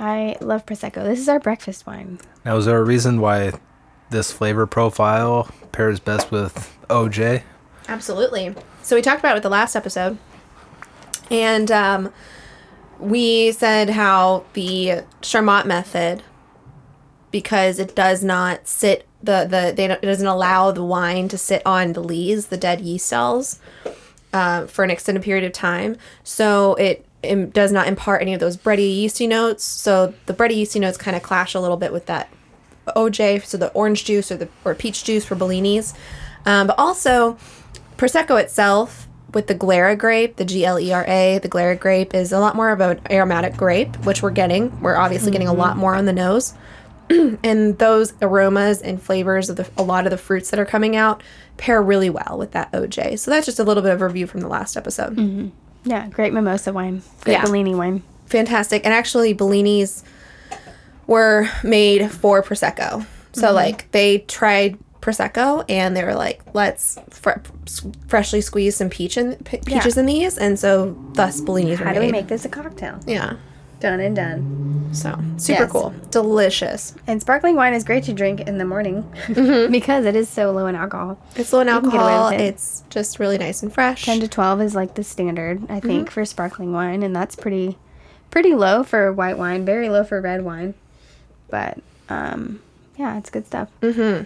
S2: I love Prosecco. This is our breakfast wine.
S1: Now, is there a reason why this flavor profile pairs best with OJ?
S3: Absolutely. So we talked about it with the last episode, and um, we said how the Charmat method, because it does not sit the the they don't, it doesn't allow the wine to sit on the lees, the dead yeast cells, uh, for an extended period of time. So it. It does not impart any of those bready yeasty notes, so the bready yeasty notes kind of clash a little bit with that OJ, so the orange juice or the or peach juice for Bellinis, um, but also Prosecco itself with the Glera grape, the G L E R A, the Glera grape is a lot more of an aromatic grape, which we're getting. We're obviously getting a lot more on the nose. and those aromas and flavors of the, a lot of the fruits that are coming out pair really well with that OJ. So that's just a little bit of review from the last episode.
S2: Yeah, great mimosa wine. Great
S3: Yeah.
S2: Bellini wine.
S3: Fantastic. And actually, Bellinis were made for Prosecco. So,
S2: Mm-hmm.
S3: like, they tried Prosecco and they were like, let's fre- s- freshly squeeze some peach in, p- peaches in these. And so, thus, Bellinis were
S2: How
S3: made.
S2: do we make this a cocktail?
S3: Yeah.
S2: Done and done.
S3: So, super
S2: Yes.
S3: cool. Delicious.
S2: And sparkling wine is great to drink in the morning because it is so low in alcohol.
S3: It's low in
S2: can get away
S3: alcohol.
S2: with it.
S3: It's just really nice and fresh.
S2: 10 to 12 is like the standard i
S3: Mm-hmm.
S2: think for sparkling wine and that's pretty pretty low for white wine very low for red wine but um yeah it's good stuff
S3: Mm.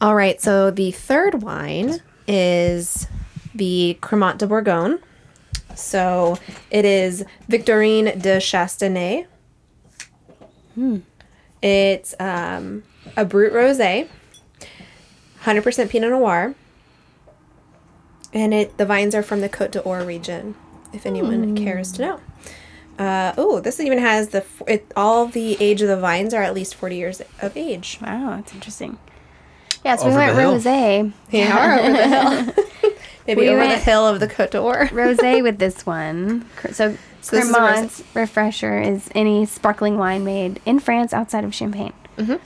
S3: All right, so the third wine is the Cremant de Bourgogne. So it is Victorine de Chastenay. It's um, a Brut Rosé, 100% Pinot Noir, and it the vines are from the Côte d'Or region, if anyone cares to know. Uh, oh, this even has the f- it, all the age of the vines are at least 40 years of age.
S2: wow that's interesting yeah so
S1: Over
S2: we
S1: the
S2: went
S1: hill.
S2: rosé
S3: Yeah, over the hill. Maybe
S2: We
S3: over the
S2: went-
S3: hill of the Cote d'Or.
S2: rosé with this one Cr- so,
S3: So this is a
S2: Cremant refresher is any sparkling wine made in france outside of champagne
S3: Mm-hmm.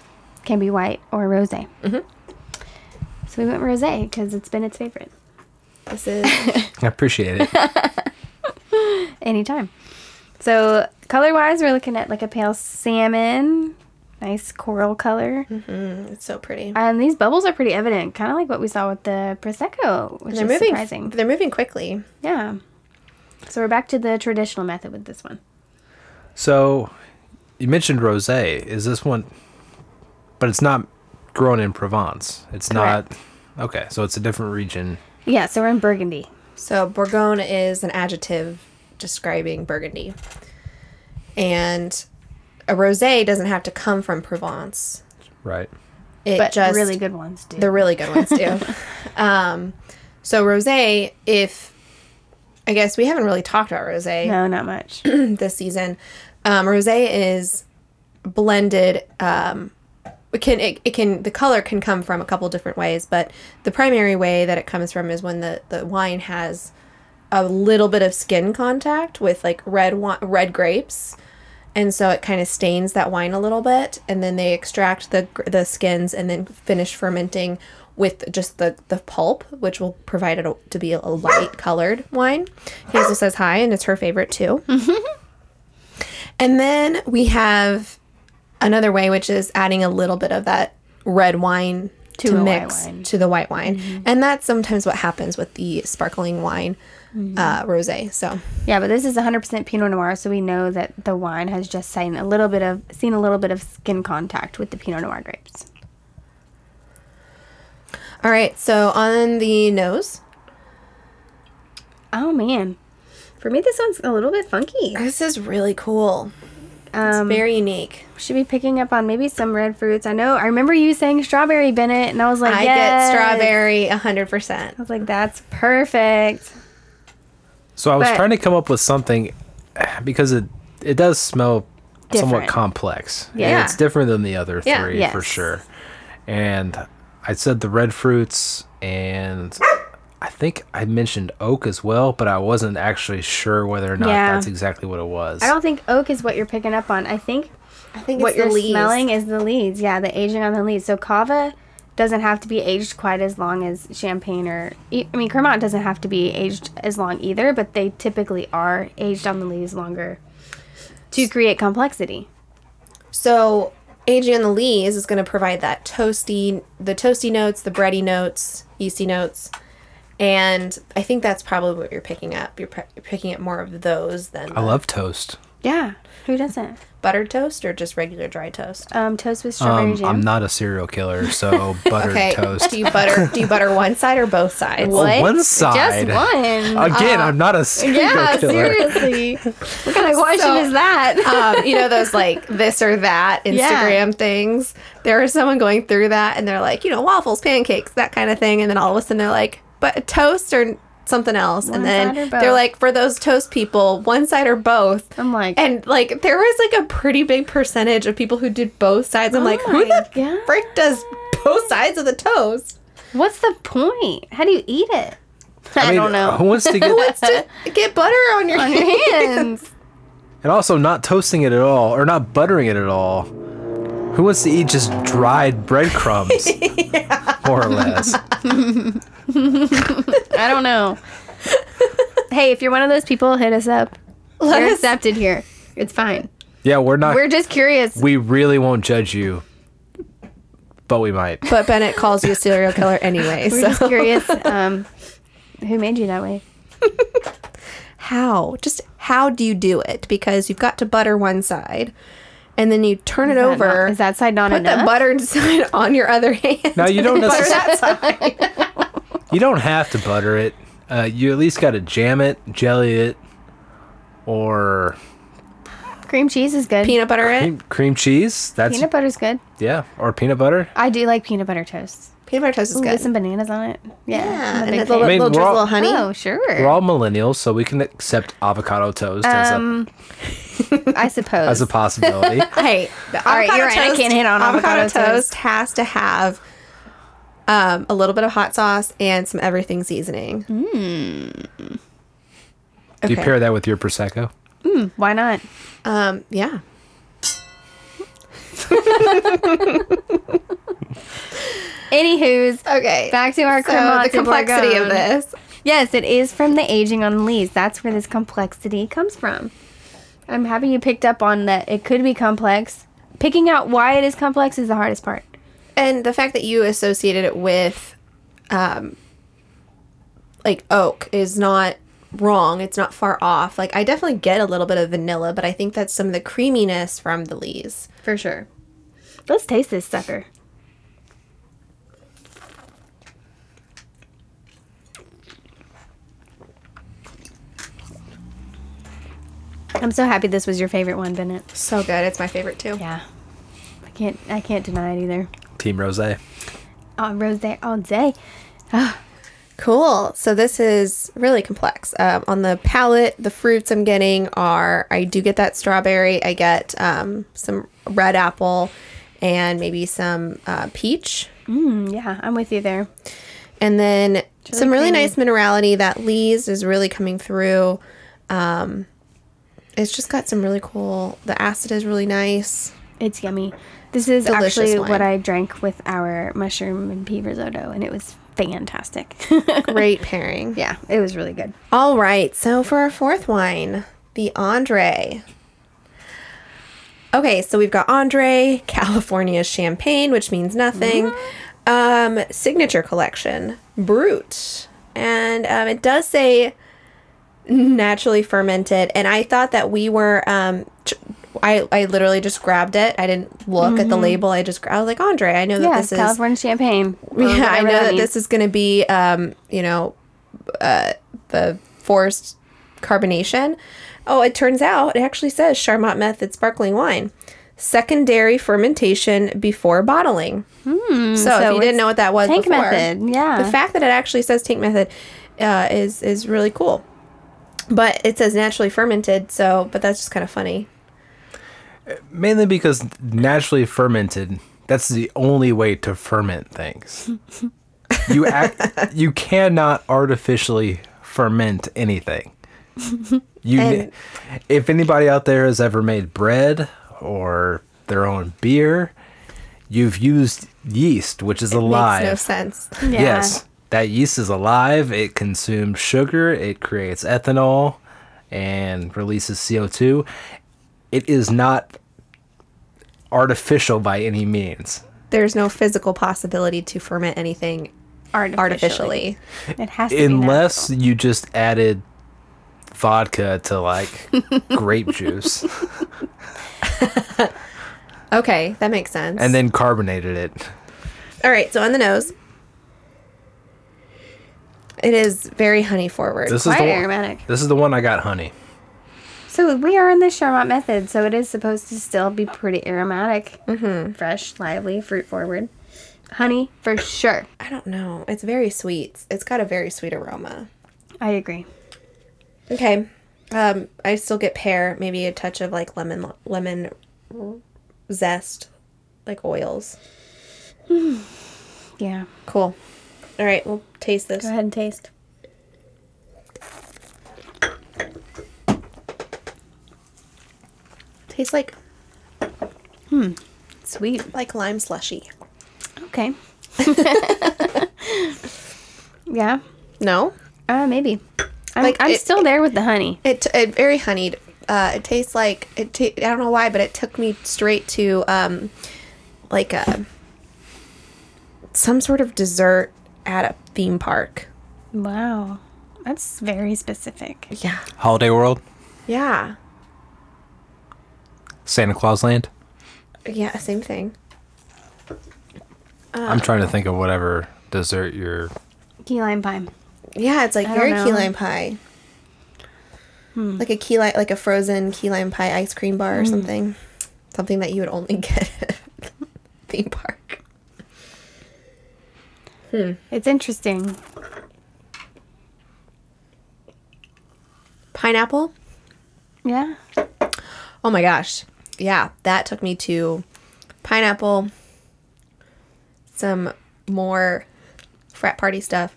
S2: can be white or rosé so we went rosé because it's been its favorite
S3: This is
S1: I appreciate it.
S2: Anytime. So, color wise, we're looking at like a pale salmon, nice coral color.
S4: Mm-hmm.
S3: it's so pretty.
S2: And these bubbles are pretty evident, kind of like what we saw with the Prosecco, which
S3: They're
S2: is
S3: moving.
S2: surprising.
S3: They're moving quickly.
S2: yeah. So, we're back to the traditional method with this one.
S1: So, you mentioned rosé. Is this one? But it's not grown in Provence. It's not. Okay, so it's a different region.
S2: Yeah, so we're in Burgundy.
S3: So Bourgogne is an adjective describing Burgundy, and a rosé doesn't have to come from Provence.
S1: Right.
S3: It
S2: But
S3: just
S2: really good ones, do.
S3: The really good ones do. um, so rosé, if I guess we haven't really talked about rosé.
S2: no, not much.
S3: this season. Um, rosé is blended. Um, it can it, it can the color can come from a couple different ways, but the primary way that it comes from is when the the wine has a little bit of skin contact with like red wi- red grapes. And so it kind of stains that wine a little bit, and then they extract the gr- the skins, and then finish fermenting with just the the pulp, which will provide it a, to be a light colored wine. Hazel says hi, and it's her favorite too. And then we have another way, which is adding a little bit of that red wine
S2: To
S3: to
S2: a white
S3: mix
S2: wine. Mm-hmm.
S3: to the white wine. And that's sometimes what happens with the sparkling wine
S2: Mm-hmm.
S3: uh, rosé. So
S2: Yeah, but this is 100% Pinot Noir, so we know that the wine has just seen a little bit of seen a little bit of skin contact with the Pinot Noir grapes.
S3: all right, so on the nose,
S2: Oh man,
S4: For me, this one's a little bit funky.
S3: this is really cool.
S2: um,
S3: it's very unique.
S2: we should be picking up on maybe some red fruits. I know. I remember you saying strawberry, Bennett, and I was like,
S3: I
S2: yes.
S3: get strawberry
S2: I
S3: 100%.
S2: was like, that's perfect.
S1: So I was
S2: But-
S1: trying to come up with something because it it does smell somewhat
S2: Different.
S1: complex. And
S2: Yeah.
S1: it's different than the other
S3: Yeah.
S1: three for
S2: Yes.
S1: sure. And I said the red fruits and I think I mentioned oak as well, but I wasn't actually sure whether or not
S2: Yeah.
S1: that's exactly what it was.
S2: I don't think oak is what you're picking up on. I think
S3: I think
S2: what you're smelling is the leaves. Yeah, the aging on the leaves. So cava doesn't have to be aged quite as long as champagne or e, I mean Cremant doesn't have to be aged as long either, but they typically are aged on the leaves longer to create complexity.
S3: So aging on the leaves is going to provide that toasty, the toasty notes, the bready notes, yeasty notes, and I think that's probably what you're picking up. You're, pre- you're picking up more of those than
S1: I love toast.
S2: Yeah, who doesn't?
S3: buttered toast or just regular dry toast.
S2: Um, toast with strawberry
S1: Um,
S2: jam.
S1: I'm not a serial killer, so buttered
S3: Okay,
S1: toast.
S3: do you butter? Do you butter one side or both sides?
S1: Oh, one
S2: Just
S1: side.
S2: one.
S1: Again, I'm not a serial
S2: yeah,
S1: killer.
S2: seriously. what kind of question
S3: So-
S2: is that?
S3: um, you know those like this or that Instagram
S2: Yeah.
S3: things. There was someone going through that, and they're like, you know, waffles, pancakes, that kind of thing. And then all of a sudden, they're like, but toast or something else. and
S2: One side or
S3: then
S2: both?
S3: they're like, for those toast people, one side or both.
S2: I'm like-
S3: and like there was like a pretty big percentage of people who did both sides. I'm like, who
S2: Oh my
S3: the
S2: God.
S3: frick does both sides of the toast?
S2: What's the point? How do you eat it? I,
S1: mean,
S2: don't know.
S1: Who wants to
S3: Who
S1: get
S3: wants to get butter on your
S2: On
S3: hand?
S2: your hands.
S1: And also not toasting it at all, or not buttering it at all. Who wants to eat just dried breadcrumbs? More or less.
S2: I don't know. hey, if you're one of those people, hit us up.
S3: Let
S2: You're
S3: us-
S2: accepted here. It's fine.
S1: Yeah, we're not.
S2: We're
S1: we
S2: just curious.
S1: really won't judge you, but we might.
S3: But Bennett calls you a serial killer anyway.
S2: We're
S3: so
S2: just curious. Um, who made you that way?
S3: how just how do you do it because you've got to butter one side and then you turn it
S2: Is that
S3: over
S2: not- is that side not
S3: put
S2: enough?
S3: that buttered side on your other hand
S1: Now you don't
S3: butter
S1: necessarily.
S3: that side
S1: You don't have to butter it. Uh, you at least got to jam it, jelly it, or
S2: Cream cheese is good.
S3: peanut butter it
S1: cream, cream cheese. That's
S2: Peanut butter's good.
S1: yeah, or peanut butter.
S2: I do like peanut butter toast.
S3: peanut butter toast is
S2: Ooh,
S3: good
S2: With some bananas on it. Yeah.
S3: yeah
S2: I'm a
S3: and
S2: big
S3: it's a little,
S2: fan.
S1: I mean,
S3: little
S1: we're all-
S3: drizzle of honey
S2: Oh, sure.
S1: We're all millennials, so we can accept avocado toast as, a,
S2: um, I suppose.
S1: as a possibility.
S3: hey all right
S2: Avocado
S3: you're right
S2: toast- I can't hit on avocado toast.
S3: has to have um, a little bit of hot sauce and some everything seasoning
S2: Mm-hmm.
S1: Do you
S3: Okay.
S1: pair that with your prosecco?
S2: Why not?
S3: um yeah
S2: Anywho's.
S3: okay
S2: Back to our
S3: so
S2: Cremant
S3: the
S2: de
S3: complexity of
S2: Bourgogne.
S3: this
S2: Yes, it is from the aging on leaves. That's where this complexity comes from. I'm happy you picked up on that it could be complex. Picking out why it is complex is the hardest part.
S3: And the fact that you associated it with, um, like oak is not wrong. It's not far off. Like I definitely get a little bit of vanilla, but I think that's some of the creaminess from the leaves.
S2: For sure. Let's taste this sucker. I'm so happy this was your favorite one, Bennett.
S3: So good. It's my favorite too.
S2: Yeah. I can't I can't deny it either.
S1: Team Rosé.
S2: Oh, rose all day.
S3: Cool. So this is really complex. Um, on the palate, the fruits I'm getting are I do get that strawberry. I get um, some red apple, and maybe some uh, peach.
S2: Mm, yeah, I'm with you there.
S3: and then some really nice minerality that leaves is really coming through um it's just got some really cool the acid is really nice
S2: It's yummy. This is
S3: Delicious
S2: actually
S3: wine.
S2: what I drank with our mushroom and pea risotto, and it was fantastic.
S3: great pairing
S2: yeah, it was really good.
S3: all right so for our fourth wine the andre okay so we've got andre california champagne which means nothing um, signature collection, Brute, and um, it does say naturally fermented. And I thought that we were. Um, tr- I, I literally just grabbed it. I didn't look at the label. I just gra- I was like Andre. I know that
S2: yeah,
S3: this is
S2: California champagne. or
S3: yeah, I
S2: whatever
S3: know that
S2: means.
S3: this is going to be, um, you know, uh, the forced carbonation. Oh, it turns out it actually says Charmat method sparkling wine, secondary fermentation before bottling. so, if
S2: Hmm, so
S3: you didn't
S2: it's
S3: know what that was,
S2: tank
S3: before,
S2: method, yeah.
S3: The fact that it actually says tank method uh, is is really cool. But it says naturally fermented, so but that's just kind of funny.
S1: Mainly because naturally fermented, that's the only way to ferment things. You act, you cannot artificially ferment anything. You ne- if anybody out there has ever made bread or their own beer, you've used yeast, which is alive.
S3: Makes no sense.
S2: Yeah.
S1: Yes. That yeast is alive. It consumes sugar. It creates ethanol and releases CO2. It is not artificial by any means.
S3: There's no physical possibility to ferment anything
S2: Artificially.
S3: artificially.
S2: It has to be
S1: Unless you just added vodka to like grape juice
S3: Okay, that makes sense.
S1: and then carbonated it.
S3: all right, so on the nose, it is very honey forward.
S1: This is
S2: Quite
S1: the
S2: aromatic.
S1: One, this is the one I got honey.
S2: natural. So we are in the Charmat method, so it is supposed to still be pretty aromatic, mm-hmm. fresh, lively, fruit forward. Honey, for sure.
S3: I don't know. It's very sweet. It's got a very sweet aroma.
S2: I agree.
S3: Okay, um, I still get pear, maybe a touch of like lemon, lemon zest, like oils.
S2: Yeah.
S3: Cool. All right, we'll taste this.
S2: Go ahead and taste.
S3: Tastes like
S2: Sweet.
S3: like lime slushy.
S2: Okay. yeah.
S3: No,
S2: Uh, maybe. I'm,
S3: Like,
S2: I'm
S3: it-
S2: still there with the honey.
S3: It, it very honeyed. Uh, it tastes like it. ta- I don't know why, but it took me straight to um, like a some sort of dessert at a theme park.
S2: Wow. That's very specific.
S3: Yeah,
S1: Holiday World,
S3: yeah,
S1: Santa Claus Land.
S3: yeah. Same thing.
S1: I'm
S2: Uh.
S1: trying to think of whatever dessert you're.
S2: Key lime pie.
S3: Yeah, it's like
S2: I don't
S3: very key
S2: know. Hmm.
S3: lime pie, like a key lime, like a frozen key lime pie ice cream bar or something, something that you would only get at a theme park.
S2: It's interesting.
S3: Pineapple.
S2: Yeah.
S3: Oh my gosh. Yeah, that took me to pineapple, some more frat party stuff.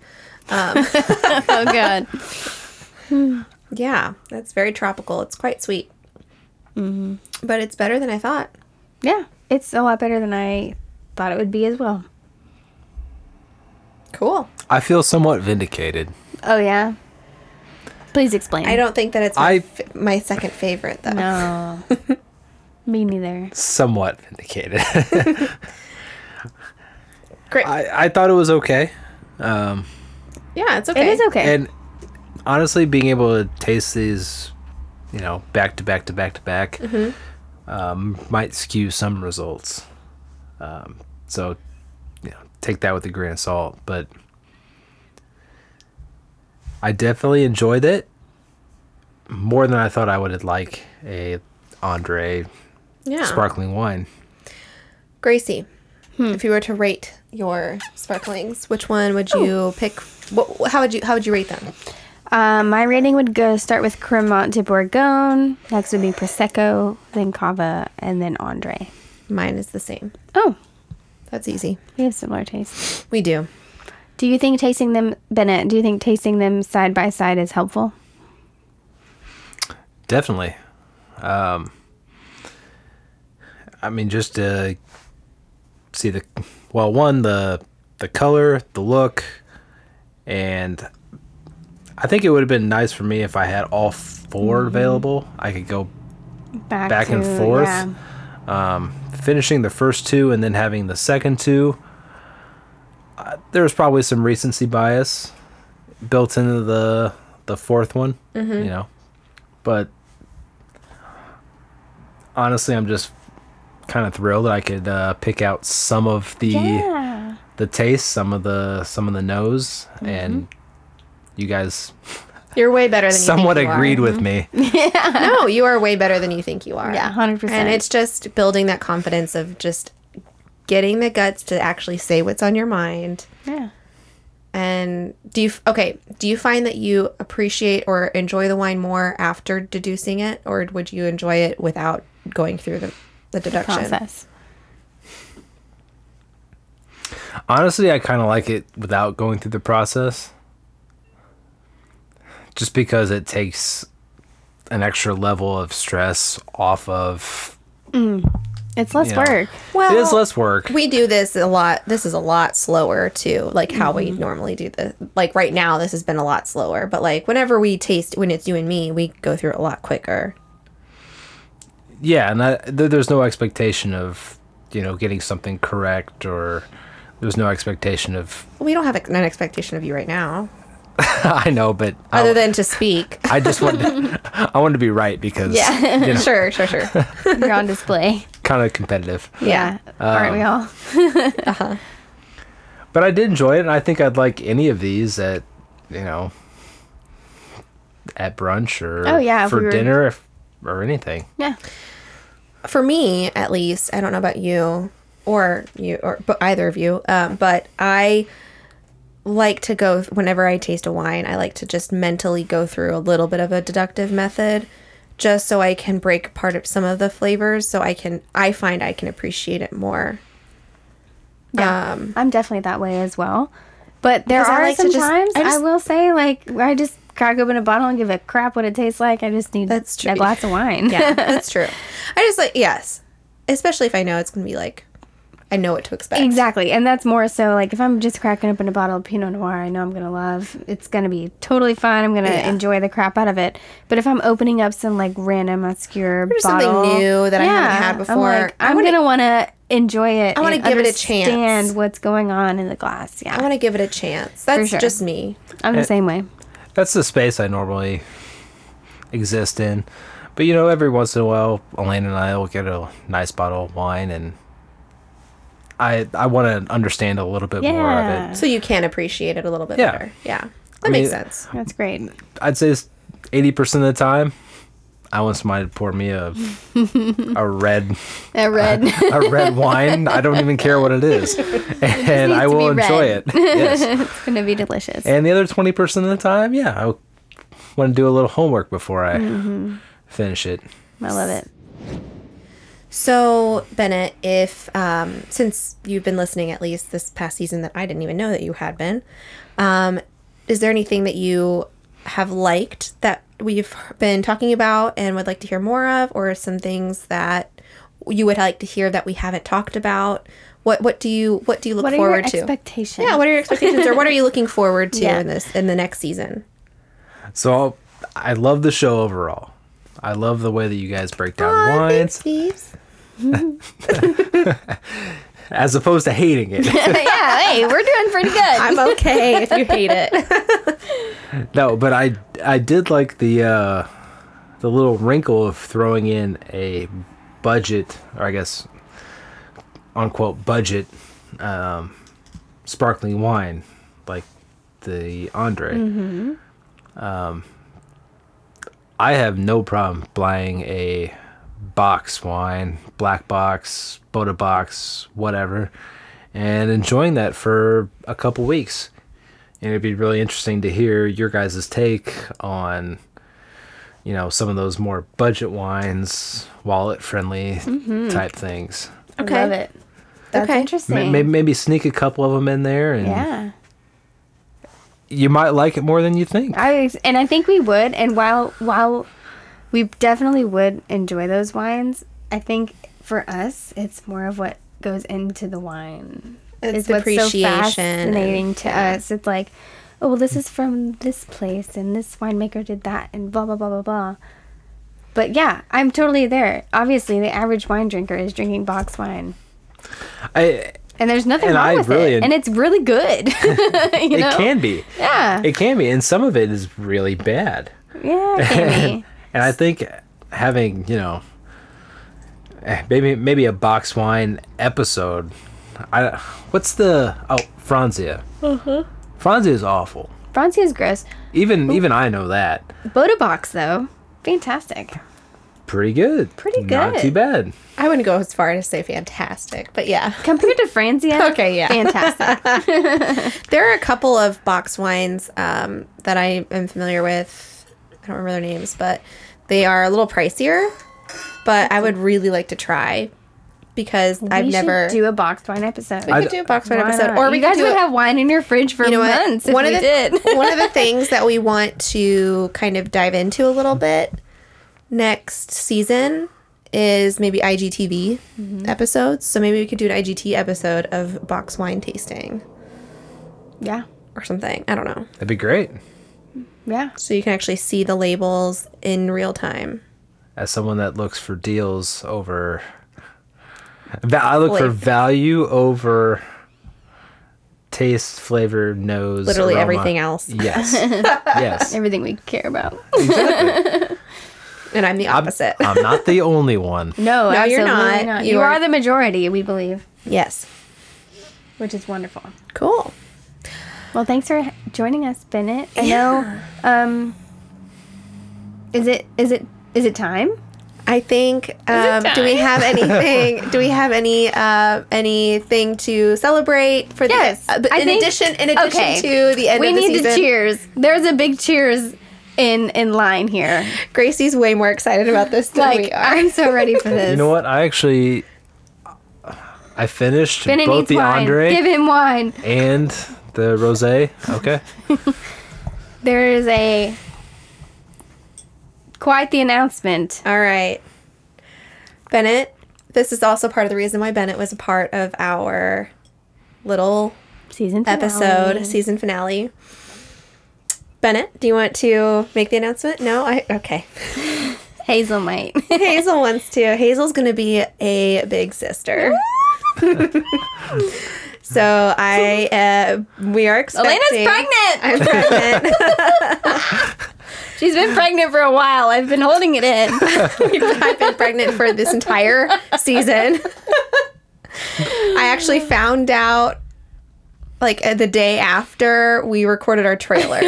S2: Oh, God.
S3: Yeah, that's very tropical. It's quite sweet. Mm-hmm. But it's better than I thought.
S2: yeah. It's a lot better than I thought it would be as well.
S3: Cool.
S1: I feel somewhat vindicated.
S2: Oh, yeah. Please explain.
S3: I don't think that it's my,
S1: I-
S3: f- my second favorite, though.
S2: No. Me neither.
S1: Somewhat vindicated.
S3: Great.
S1: I, I thought it was okay. Um,
S3: yeah, it's
S2: It
S3: okay.
S2: is okay.
S1: And honestly, being able to taste these, you know, back to back to back to back, um, might skew some results. Um, so, you know, take that with a grain of salt. But I definitely enjoyed it more than I thought I would have like a Andre
S3: Yeah.
S1: sparkling wine.
S3: Gracie, if you were to rate your sparklings, which one would you pick? What, how would you how would you rate them?
S2: Um, my rating would go start with Cremant de Bourgogne. Next would be Prosecco, then Cava, and then Andre.
S3: Mine is the same.
S2: Oh,
S3: That's easy.
S2: we have similar tastes.
S3: We do.
S2: Do you think tasting them, Bennett? Do you think tasting them side by side is helpful?
S1: Definitely. Um, I mean, just to see the well, one the the color, the look, and I think it would have been nice for me if I had all 4 available. I could go Back and forth.
S2: yeah.
S1: finishing the first two and then having the second two. uh, there's probably some recency bias built into the the fourth one,
S3: Mm-hmm.
S1: you know. But honestly, I'm just kind of thrilled that I could uh, pick out some of the
S2: Yeah.
S1: the taste, some of the some of the nose,
S3: Mm-hmm.
S1: and you guys
S3: You're way better than
S1: somewhat
S3: you think you
S1: agreed
S3: are. Mm-hmm.
S1: with me.
S3: No, Oh, you are way better than you think you are.
S2: Yeah, 100%.
S3: And it's just building that confidence of just getting the guts to actually say what's on your mind.
S2: yeah.
S3: And do you okay? Do you find that you appreciate or enjoy the wine more after deducing it, or would you enjoy it without going through the the deduction?
S2: Process.
S1: Honestly, I kind of like it without going through the process. Just because it takes an extra level of stress off of.
S2: It's less
S1: Yeah. it
S2: work.
S1: is
S3: Well,
S1: less work.
S3: We do this a lot. This is a lot slower too, like how we
S2: Mm-hmm.
S3: normally do this. Like right now, this has been a lot slower. But like whenever we taste, when it's you and me, we go through it a lot quicker.
S1: yeah, and I, th- there's no expectation of, you know, getting something correct or there's no expectation of.
S3: We don't have an expectation of you right now,
S1: I know, but
S3: other
S1: I,
S3: than to speak.
S1: I just want to, I want to be right because
S3: Yeah, sure, sure, sure.
S2: You're on display.
S1: kind of competitive.
S2: Yeah. Aren't we
S1: Um,
S2: all?
S1: But I did enjoy it, and I think I'd like any of these at, you know, at brunch or
S2: Oh, yeah, if
S1: for
S2: we were-
S1: dinner if, or anything.
S2: Yeah.
S3: for me at least i don't know about you or you or but either of you um, but i like to go whenever i taste a wine i like to just mentally go through a little bit of a deductive method just so i can break apart of some of the flavors so i can i find i can appreciate it more
S2: Yeah,
S3: Um,
S2: I'm definitely that way as well. But there
S3: 'Cause I
S2: are
S3: like to
S2: some
S3: just-
S2: times
S3: I
S2: I,
S3: just-
S2: will say, like, where I just crack open a bottle and give a crap what it tastes like. I just need
S3: That's true.
S2: a glass of wine.
S3: yeah that's true i just like yes especially if i know it's gonna be like i know what to expect
S2: exactly. And that's more so like if I'm just cracking open a bottle of Pinot Noir, I know I'm going to love. It's going to be totally fun. I'm going to
S3: Yeah.
S2: enjoy the crap out of it. But if I'm opening up some like random obscure
S3: just something
S2: bottle,
S3: new that I haven't had before,
S2: I'm, like,
S3: I
S2: I'm
S3: wanna-
S2: going to want to enjoy it.
S3: I wanna
S2: and
S3: give it a chance.
S2: Understand what's going on in the glass. Yeah,
S3: i want to give it a chance that's
S2: sure.
S3: just me
S2: I'm the same way.
S1: That's the space I normally exist in. But you know, every once in a while, Elaine and I will get a nice bottle of wine, and I I want to understand a little bit more
S2: Yeah.
S1: of it.
S3: so you can appreciate it a little bit
S1: Yeah.
S3: better. Yeah, that
S1: I mean-
S3: makes sense.
S2: That's great.
S1: I'd say eighty percent of the time, I want somebody to pour me a a red
S2: A red.
S1: a red wine. I don't even care what it is, and I
S2: to
S1: will
S2: be
S1: enjoy
S2: red.
S1: it. Yes.
S2: It's gonna be delicious.
S1: And the other 20% of the time, yeah, I want to do a little homework before I
S2: Mm-hmm.
S1: finish it.
S2: I love it.
S3: So Bennett, if um, since you've been listening at least this past season that I didn't even know that you had been, um, is there anything that you have liked that we've been talking about and would like to hear more of, or some things that you would like to hear that we haven't talked about? What what do you what do you look
S2: What are your
S3: forward to?
S2: expectations?
S3: yeah, what are your expectations, or what are you looking forward to
S2: Yeah.
S3: in this in the next season?
S1: So I'll, I love the show overall. I love the way that you guys break
S2: Oh,
S1: down wines as opposed to hating it.
S2: yeah, hey, we're doing pretty good.
S3: I'm okay if you hate it.
S1: no, but I I did like the uh, the little wrinkle of throwing in a budget, or I guess unquote budget um, sparkling wine like the Andre. Um, I have no problem buying a box wine, black box, Boda box, whatever, and enjoying that for a couple weeks. And it'd be really interesting to hear your guys' take on, you know, some of those more budget wines, wallet friendly
S2: Mm-hmm.
S1: type things.
S2: okay. Love it. That's
S3: Okay.
S2: interesting.
S1: Maybe, maybe sneak a couple of them in there, and
S2: Yeah.
S1: you might like it more than you think.
S2: I was- and I think we would. And while while we definitely would enjoy those wines, I think for us it's more of what goes into the wine.
S3: It's
S2: It's
S3: the
S2: what's so
S3: appreciation and-
S2: fascinating to us. It's like, oh well, this is from this place, and this winemaker did that, and blah blah blah blah blah. But yeah, I'm totally there. Obviously, the average wine drinker is drinking box wine.
S1: I
S2: and there's nothing
S1: And
S2: wrong
S1: I
S2: with
S1: really-
S2: it, and it's really good. you
S1: It
S2: know?
S1: can be.
S2: Yeah.
S1: It can be, and some of it is really bad.
S2: yeah. It can
S1: and,
S2: be.
S1: and I think having you know eh, maybe maybe a box wine episode. I what's the oh Franzia. Uh-huh. Franzia is awful.
S2: Bronzy is gross.
S1: Even even I know that.
S2: Boda box though, fantastic.
S1: Pretty good.
S2: Pretty
S1: Not
S2: good.
S1: too bad.
S3: I wouldn't go as far to say fantastic, but yeah.
S2: Compared to Franzia,
S3: Okay, yeah.
S2: fantastic.
S3: There are a couple of box wines um, that I am familiar with. I don't remember their names, but they are a little pricier. But I would really like to try because I've
S2: we
S3: never.
S2: should do a boxed wine episode.
S3: we
S1: I-
S3: could do a box wine
S2: Why
S3: episode,
S2: not?
S3: or we
S2: you
S3: could
S2: guys
S3: do
S2: would
S3: a-
S2: have wine in your fridge for
S3: you know what?
S2: months if
S3: one
S2: we
S3: of the
S2: did.
S3: one of the things that we want to kind of dive into a little bit next season is maybe IGTV
S2: Mm-hmm.
S3: episodes. So maybe we could do an IGT episode of box wine tasting
S2: yeah,
S3: or something. I don't know.
S1: That'd be great.
S2: yeah.
S3: so you can actually see the labels in real time.
S1: As someone that looks for deals over, va- I look for
S3: Flavor.
S1: value over taste, flavor, nose,
S3: Literally
S1: aroma.
S3: everything else.
S1: Yes, yes.
S2: Everything we care about.
S3: And I'm the opposite.
S1: I'm not the only one.
S2: No,
S3: No, you're
S2: absolutely
S3: not.
S2: You,
S3: You
S2: are,
S3: are-
S2: the majority, we believe,
S3: yes.
S2: which is wonderful.
S3: Cool.
S2: Well, thanks for joining us, Bennett. I know. Um, is it is it is it time?
S3: I think. Um, do we have anything? do we have any uh, anything to celebrate for
S2: Yes,
S3: the? uh, but
S2: I
S3: in
S2: think-
S3: addition, in addition
S2: okay.
S3: to the end
S2: we
S3: of the
S2: need
S3: season,
S2: to cheers. There's a big cheers in in line here.
S3: Gracie's way more excited about this than we
S2: Like
S3: are.
S2: I'm so ready for this.
S1: You know what? I actually I finished
S2: Bennett
S1: both
S2: needs
S1: the
S2: wine.
S1: Andre
S2: Give him wine.
S1: and the rosé. Okay.
S2: There is a quite the announcement.
S3: All right, Bennett. This is also part of the reason why Bennett was a part of our little
S2: Season finale.
S3: episode, season finale. Bennett, do you want to make the announcement? No, I okay.
S2: Hazel might.
S3: Hazel wants to. Hazel's going to be a big sister. so I, uh, we are expecting.
S2: Elena's pregnant.
S3: I'm pregnant.
S2: She's been pregnant for a while. I've been holding it in.
S3: I've been pregnant for this entire season. I actually found out like uh, the day after we recorded our trailer.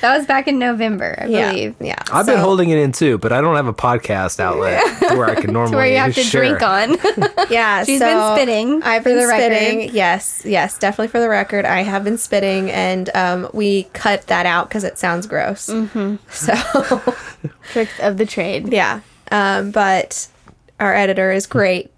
S2: That was back in November, I
S3: yeah,
S2: believe.
S3: yeah.
S1: I've been
S3: So-
S1: holding it in too, but I don't have a podcast outlet where I can normally
S2: Where you have to
S1: share.
S2: drink uh, on.
S3: Yeah,
S2: She's
S3: she's
S2: been spitting,
S3: I've
S2: for
S3: been
S2: the record.
S3: spitting. Yes, yes, definitely for the record. I have been spitting, and um, we cut that out because it sounds gross. Mm-hmm. So
S2: Tricks of the trade.
S3: yeah, um, but our editor is great.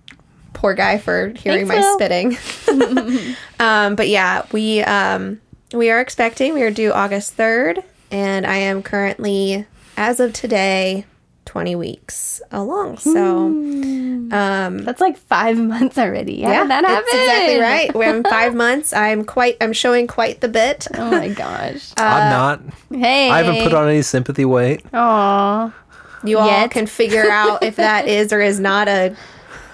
S3: Poor guy for hearing
S2: Thanks,
S3: my
S2: Will.
S3: spitting. um, but yeah, we um, we are expecting. We are due August third, and I am currently, as of today, twenty weeks along. So.
S2: Hmm.
S3: Um,
S2: That's like five months already. How
S3: yeah,
S2: yeah, that happened.
S3: That's exactly right. We're in five months. I'm quite. I'm showing quite the bit.
S2: Oh my gosh.
S3: Uh,
S1: I'm not.
S2: hey.
S1: I haven't put on any sympathy weight.
S2: Aw.
S3: You all
S2: Yet.
S3: can figure out if that is or is not a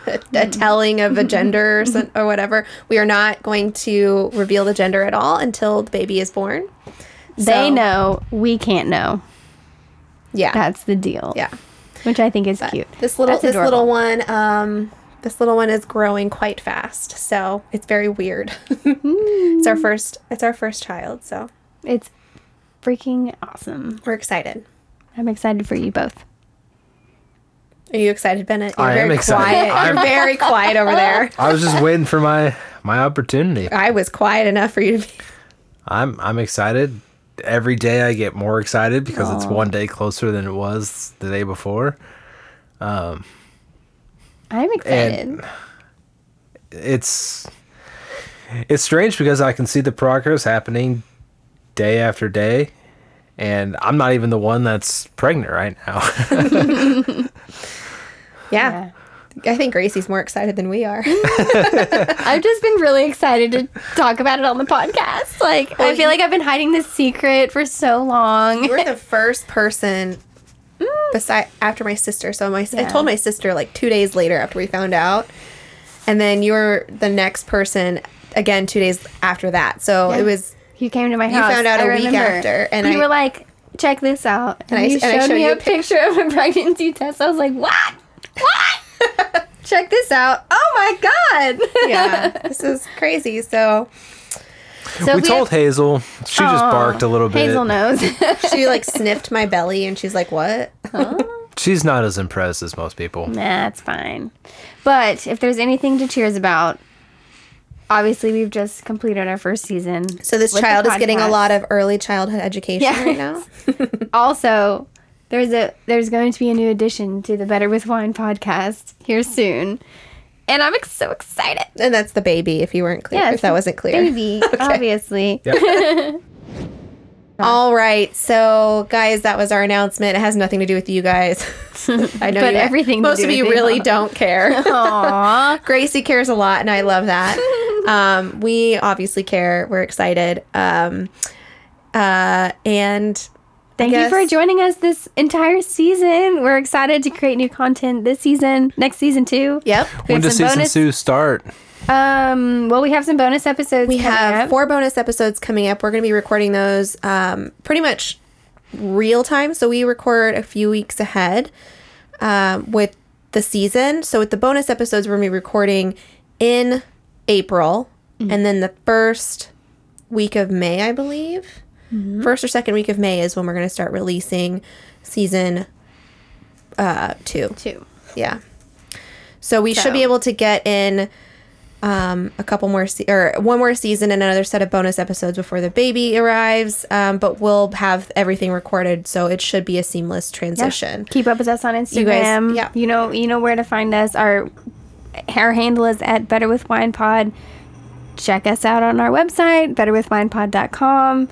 S3: a, a telling of a gender or, some, or whatever. We are not going to reveal the gender at all until the baby is born.
S2: They
S3: So-
S2: know. We can't know.
S3: Yeah.
S2: That's the deal.
S3: yeah.
S2: Which I think is cute.
S3: This little
S2: That's
S3: this little
S2: adorable.
S3: one um this little one is growing quite fast. So, it's very weird. it's
S2: Hmm.
S3: our first it's our first child, so
S2: It's freaking awesome.
S3: we're excited.
S2: I'm excited for you both.
S3: Are you excited, Bennett? You're
S1: I am
S3: very
S1: excited.
S3: quiet.
S1: I'm-
S3: You're very quiet over there.
S1: I was just waiting for my my opportunity.
S3: I was quiet enough for you to be.
S1: I'm I'm excited. Every day I get more excited because it's one day closer than it was the day before.
S2: I'm excited.
S1: and it's it's strange because I can see the progress happening day after day, and I'm not even the one that's pregnant right now.
S3: Yeah. I think Gracie's more excited than we are.
S2: Mm. I've just been really excited to talk about it on the podcast. Like, I feel like I've been hiding this secret for so long.
S3: You're the first person Mm. beside after my sister. So my I
S2: Yeah.
S3: told my sister like 2 days later after we found out. and then you're the next person again two days after that. So
S2: Yeah.
S3: it was
S2: You came to my house.
S3: found out
S2: I
S3: a week
S2: remember.
S3: after, and
S2: you
S3: I-
S2: were like, "Check this out," and,
S3: I-
S2: you
S3: and I
S2: showed,
S3: showed
S2: me
S3: you
S2: a
S3: a pic-
S2: picture of a pregnancy test. I was like, "What? What? Check this out! Oh my god!"
S3: yeah, this is crazy. So
S2: So
S1: we
S2: if
S1: told Hazel. She just barked a little bit.
S2: Hazel knows.
S3: she like sniffed my belly and she's like, "What?"
S1: She's not as impressed as most people.
S2: nah, it's fine. But if there's anything to cheers about, obviously we've just completed our first season.
S3: So this
S2: with the
S3: child is getting a
S2: podcast.
S3: lot of early childhood education
S2: Yeah.
S3: right now.
S2: Also, there's a there's going to be a new addition to the Better with Wine podcast here soon, and I'm ex- so excited.
S3: And that's the baby if you weren't clear
S2: Yeah,
S3: if
S2: it's
S3: that
S2: the
S3: wasn't clear.
S2: Baby, obviously.
S3: All right. So, guys, that was our announcement. It has nothing to do with you guys. I know
S2: But
S3: you-
S2: everything to
S3: most
S2: do
S3: of
S2: with
S3: you
S2: me.
S3: really don't care.
S2: Aww.
S3: Gracie cares a lot, and I love that. um, we obviously care. We're excited. Um, uh, and
S2: Thank you for
S3: Yes.
S2: joining us this entire season. We're excited to create new content this season, next season too.
S3: yep,
S2: We
S1: When
S2: have
S1: does
S2: some
S1: season
S2: bonus.
S1: two start?
S2: Um. Well, we have some bonus episodes.
S3: we
S2: coming
S3: have
S2: up.
S3: four bonus episodes coming up. We're going to be recording those um, pretty much real time. So we record a few weeks ahead um, with the season. So with the bonus episodes, we're going to be recording in April,
S2: Mm-hmm.
S3: and then the first week of May, I believe.
S2: Mm-hmm.
S3: First or second week of May is when we're going to start releasing season uh, two.
S2: two.
S3: Yeah. So we should be
S2: So-
S3: able to get in um, a couple more se- or one more season and another set of bonus episodes before the baby arrives. Um, but we'll have everything recorded, so it should be a seamless transition.
S2: Keep up with us on Instagram. You,
S3: guys- yeah.
S2: you know, you know where to find us. Our our handle is at Better with Wine Pod. Check us out on our website, betterwithwinepod.com.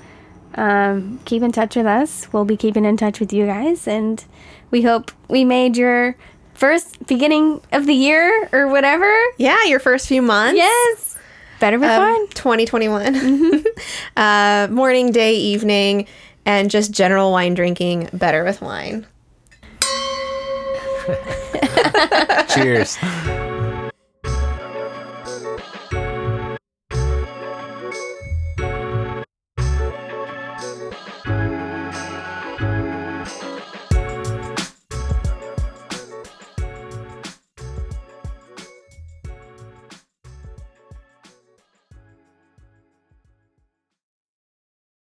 S2: Um, keep in touch with us. We'll be keeping in touch with you guys, and we hope we made your first beginning of the year or whatever.
S3: Yeah, your first few months.
S2: Yes, Mm-hmm. better with
S3: Um,
S2: wine.
S3: 2021. uh, morning, day, evening, and just general wine drinking better with wine.
S1: Cheers.